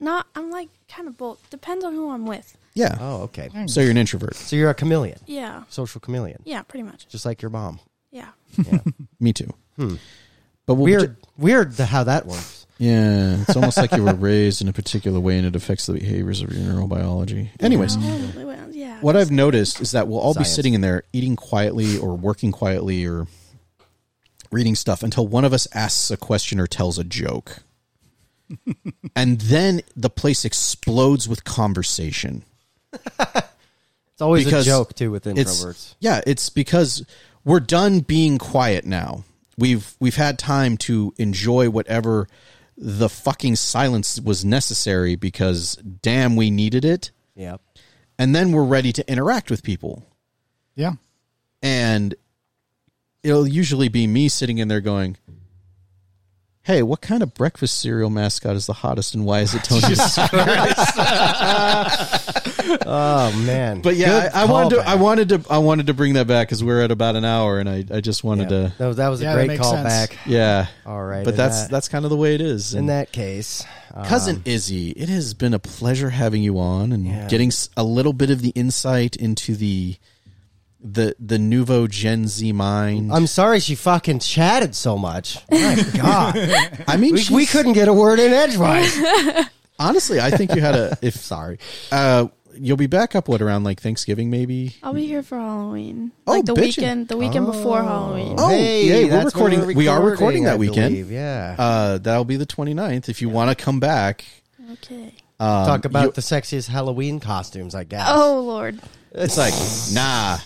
S4: Not, I'm like kind of both. Depends on who I'm with.
S3: Yeah.
S2: Oh, okay.
S3: So you're an introvert.
S2: So you're a chameleon,
S4: Yeah,
S2: social chameleon,
S4: yeah, pretty much.
S2: just like your mom.
S4: Yeah,
S3: Me too. But we'll
S2: Weird, weird the, how that works.
S3: Yeah, it's almost like you were raised in a particular way and it affects the behaviors of your neurobiology. Anyways,
S4: Probably will, yeah.
S3: Mm. what I've noticed is that we'll all
S2: Science.
S3: be sitting in there eating quietly or working quietly or reading stuff until one of us asks a question or tells a joke. and then the place explodes with conversation.
S2: It's always
S3: Because
S2: a joke too with
S3: It's-
S2: introverts.
S3: yeah, it's because we're done being quiet now. We've we've had time to enjoy whatever the fucking silence was necessary because damn we needed it.
S2: Yeah.
S3: And then we're ready to interact with people.
S5: yeah.
S3: and it'll usually be me sitting in there going, "Hey, what kind of breakfast cereal mascot is the hottest, and why is it Tony's?"
S2: Oh man.
S3: but yeah,
S2: Good
S3: I, I wanted to,
S2: callback.
S3: I wanted to, I wanted to bring that back because we're at about an hour, and I, I just
S2: Yeah.
S3: wanted to,
S2: No, that was a
S5: Yeah, that
S2: great
S5: makes
S2: callback.
S5: sense.
S3: yeah.
S2: All right.
S3: But
S2: in
S3: that's
S2: that,
S3: that's kind of the way it is.
S2: in
S3: And
S2: that case. um,
S3: cousin Izzy, it has been a pleasure having you on and
S2: Yeah.
S3: getting s- a little bit of the insight into the the the nouveau Gen Z mind.
S2: I'm sorry she fucking chatted so much. My God,
S3: I mean,
S2: we, we
S3: she's-
S2: couldn't get a word in edgewise.
S3: honestly. I think you had a if
S2: sorry.
S3: Uh, you'll be back up what around like Thanksgiving, maybe.
S4: I'll be here for Halloween,
S3: Oh,
S4: like the
S3: bitchin'.
S4: weekend, the weekend before Halloween.
S3: Oh, yay, we're
S2: that's when
S3: recording- we are recording that
S2: I
S3: weekend.
S2: believe, Yeah.
S3: Uh, that'll be the 29th. If you want to come back,
S4: Okay.
S3: um,
S2: Talk about
S3: you-
S2: the sexiest Halloween costumes, I guess.
S4: Oh Lord,
S3: It's like nah,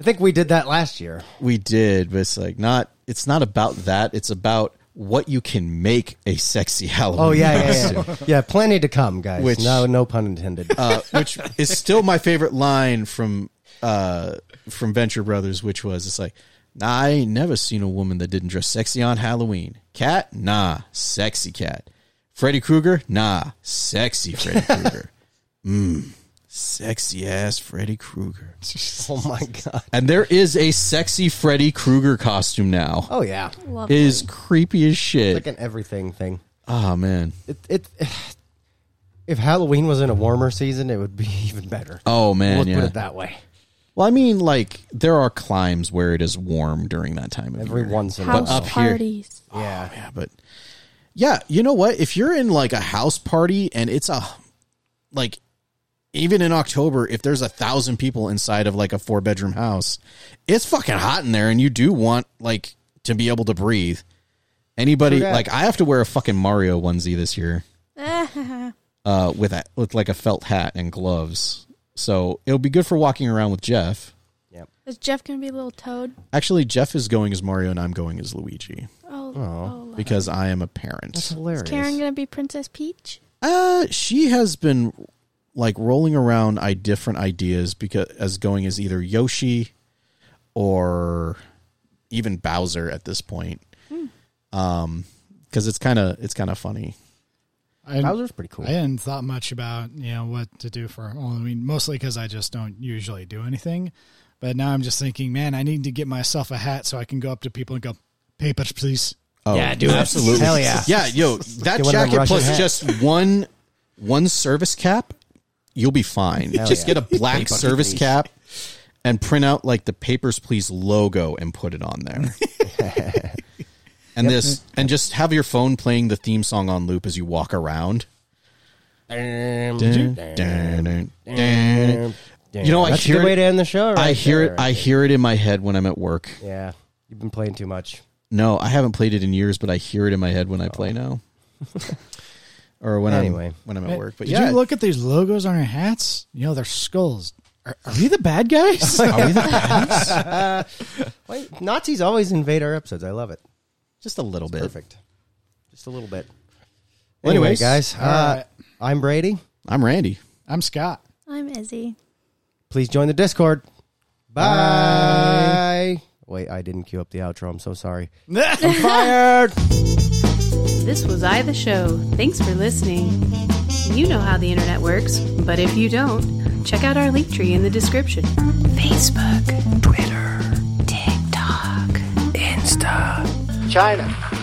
S2: I think we did that last year.
S3: we did, but it's like not. It's not about that. It's about what you can make a sexy Halloween.
S2: Oh yeah, yeah,
S3: costume.
S2: yeah, yeah. yeah plenty to come, guys.
S3: Which-
S2: no, no pun intended.
S3: Uh, which is still my favorite line from uh from Venture Brothers, which was it's like. Nah, I ain't never seen a woman that didn't dress sexy on Halloween. Cat? Nah, sexy cat. Freddy Krueger? Nah, sexy Freddy Krueger. Mmm, sexy ass Freddy Krueger.
S2: oh my god.
S3: And there is a sexy Freddy Krueger costume now.
S2: Oh yeah,
S4: love
S3: It is creepy as
S2: like
S3: shit.
S2: an everything thing.
S3: Oh man.
S2: It, it, if Halloween was in a warmer season, it would be even better.
S3: Oh man.
S2: Let's
S3: yeah.
S2: put it that way.
S3: Well, I mean, like there are climes where it is warm during that time of
S2: Every
S3: year.
S2: once in a
S4: house
S2: while.
S3: up here-
S4: parties.
S2: Yeah.
S3: Yeah, but yeah, you know what? If you're in like a house party and it's a like even in October, if there's a thousand people inside of like a four bedroom house, it's fucking hot in there, and you do want like to be able to breathe. Anybody
S2: True that.
S3: like I have to wear a fucking Mario onesie this year. uh, with a with like a felt hat and gloves. So it'll be good for walking around with Jeff.
S4: Is Jeff gonna be a little toad?
S3: Actually, Jeff is going as Mario and I'm going as Luigi
S4: Oh, oh, love.
S3: because I am a
S2: That's
S3: parent.
S2: hilarious.
S4: Is Karen gonna be Princess Peach?
S3: Uh, she has been like rolling around I different ideas because as going as either Yoshi or even Bowser at this point. Um, because it's kind of it's kind of funny.
S5: I,
S2: Bowser's pretty cool.
S5: I hadn't thought much about you know what to do for Halloween, mostly because I just don't usually do anything. But now I'm just thinking, man, I need to get myself a hat so I can go up to people and go, papers, please.
S3: Oh, yeah, do absolutely.
S2: Hell yeah.
S3: Yeah, yo, that
S2: Get one of them
S3: jacket
S2: Russian
S3: plus
S2: hats.
S3: just one one service cap, you'll be fine. just
S2: yeah.
S3: get a black
S2: Papers,
S3: service
S2: please.
S3: cap and print out like the Papers Please logo and put it on there. and this and just have your phone playing the theme song on loop as you walk around. Dun, dun, dun, dun.
S2: Damn,
S3: You know, I
S2: that's a
S3: hear
S2: good
S3: it-
S2: way to end the show.
S3: I
S2: right
S3: hear
S2: there.
S3: it. I hear it in my head when I'm at work.
S2: yeah, you've been playing too much.
S3: No, I haven't played it in years, but I hear it in my head when I play now. or when
S2: Oh. Anyway.
S3: I'm when I'm at work. But
S5: Did
S3: yeah,
S5: you look at these logos on our hats? You know, they're skulls. Are, are we the bad guys?
S3: are we the bad guys?
S2: Why, Nazis always invade our episodes. I love it.
S3: Just a little bit.
S2: Perfect. Just a little bit.
S3: Anyways,
S2: anyway, guys, uh,
S5: alright.
S2: I'm Brady.
S3: I'm Randy.
S5: I'm Scott.
S4: I'm Izzy.
S2: Please join the Discord. Bye. Wait, I didn't queue up the outro. I'm so sorry. Fired.
S1: This was I the Show. Thanks for listening. You know how the internet works, but if you don't, check out our link tree in the description.
S6: Facebook, Twitter, TikTok, Insta, China,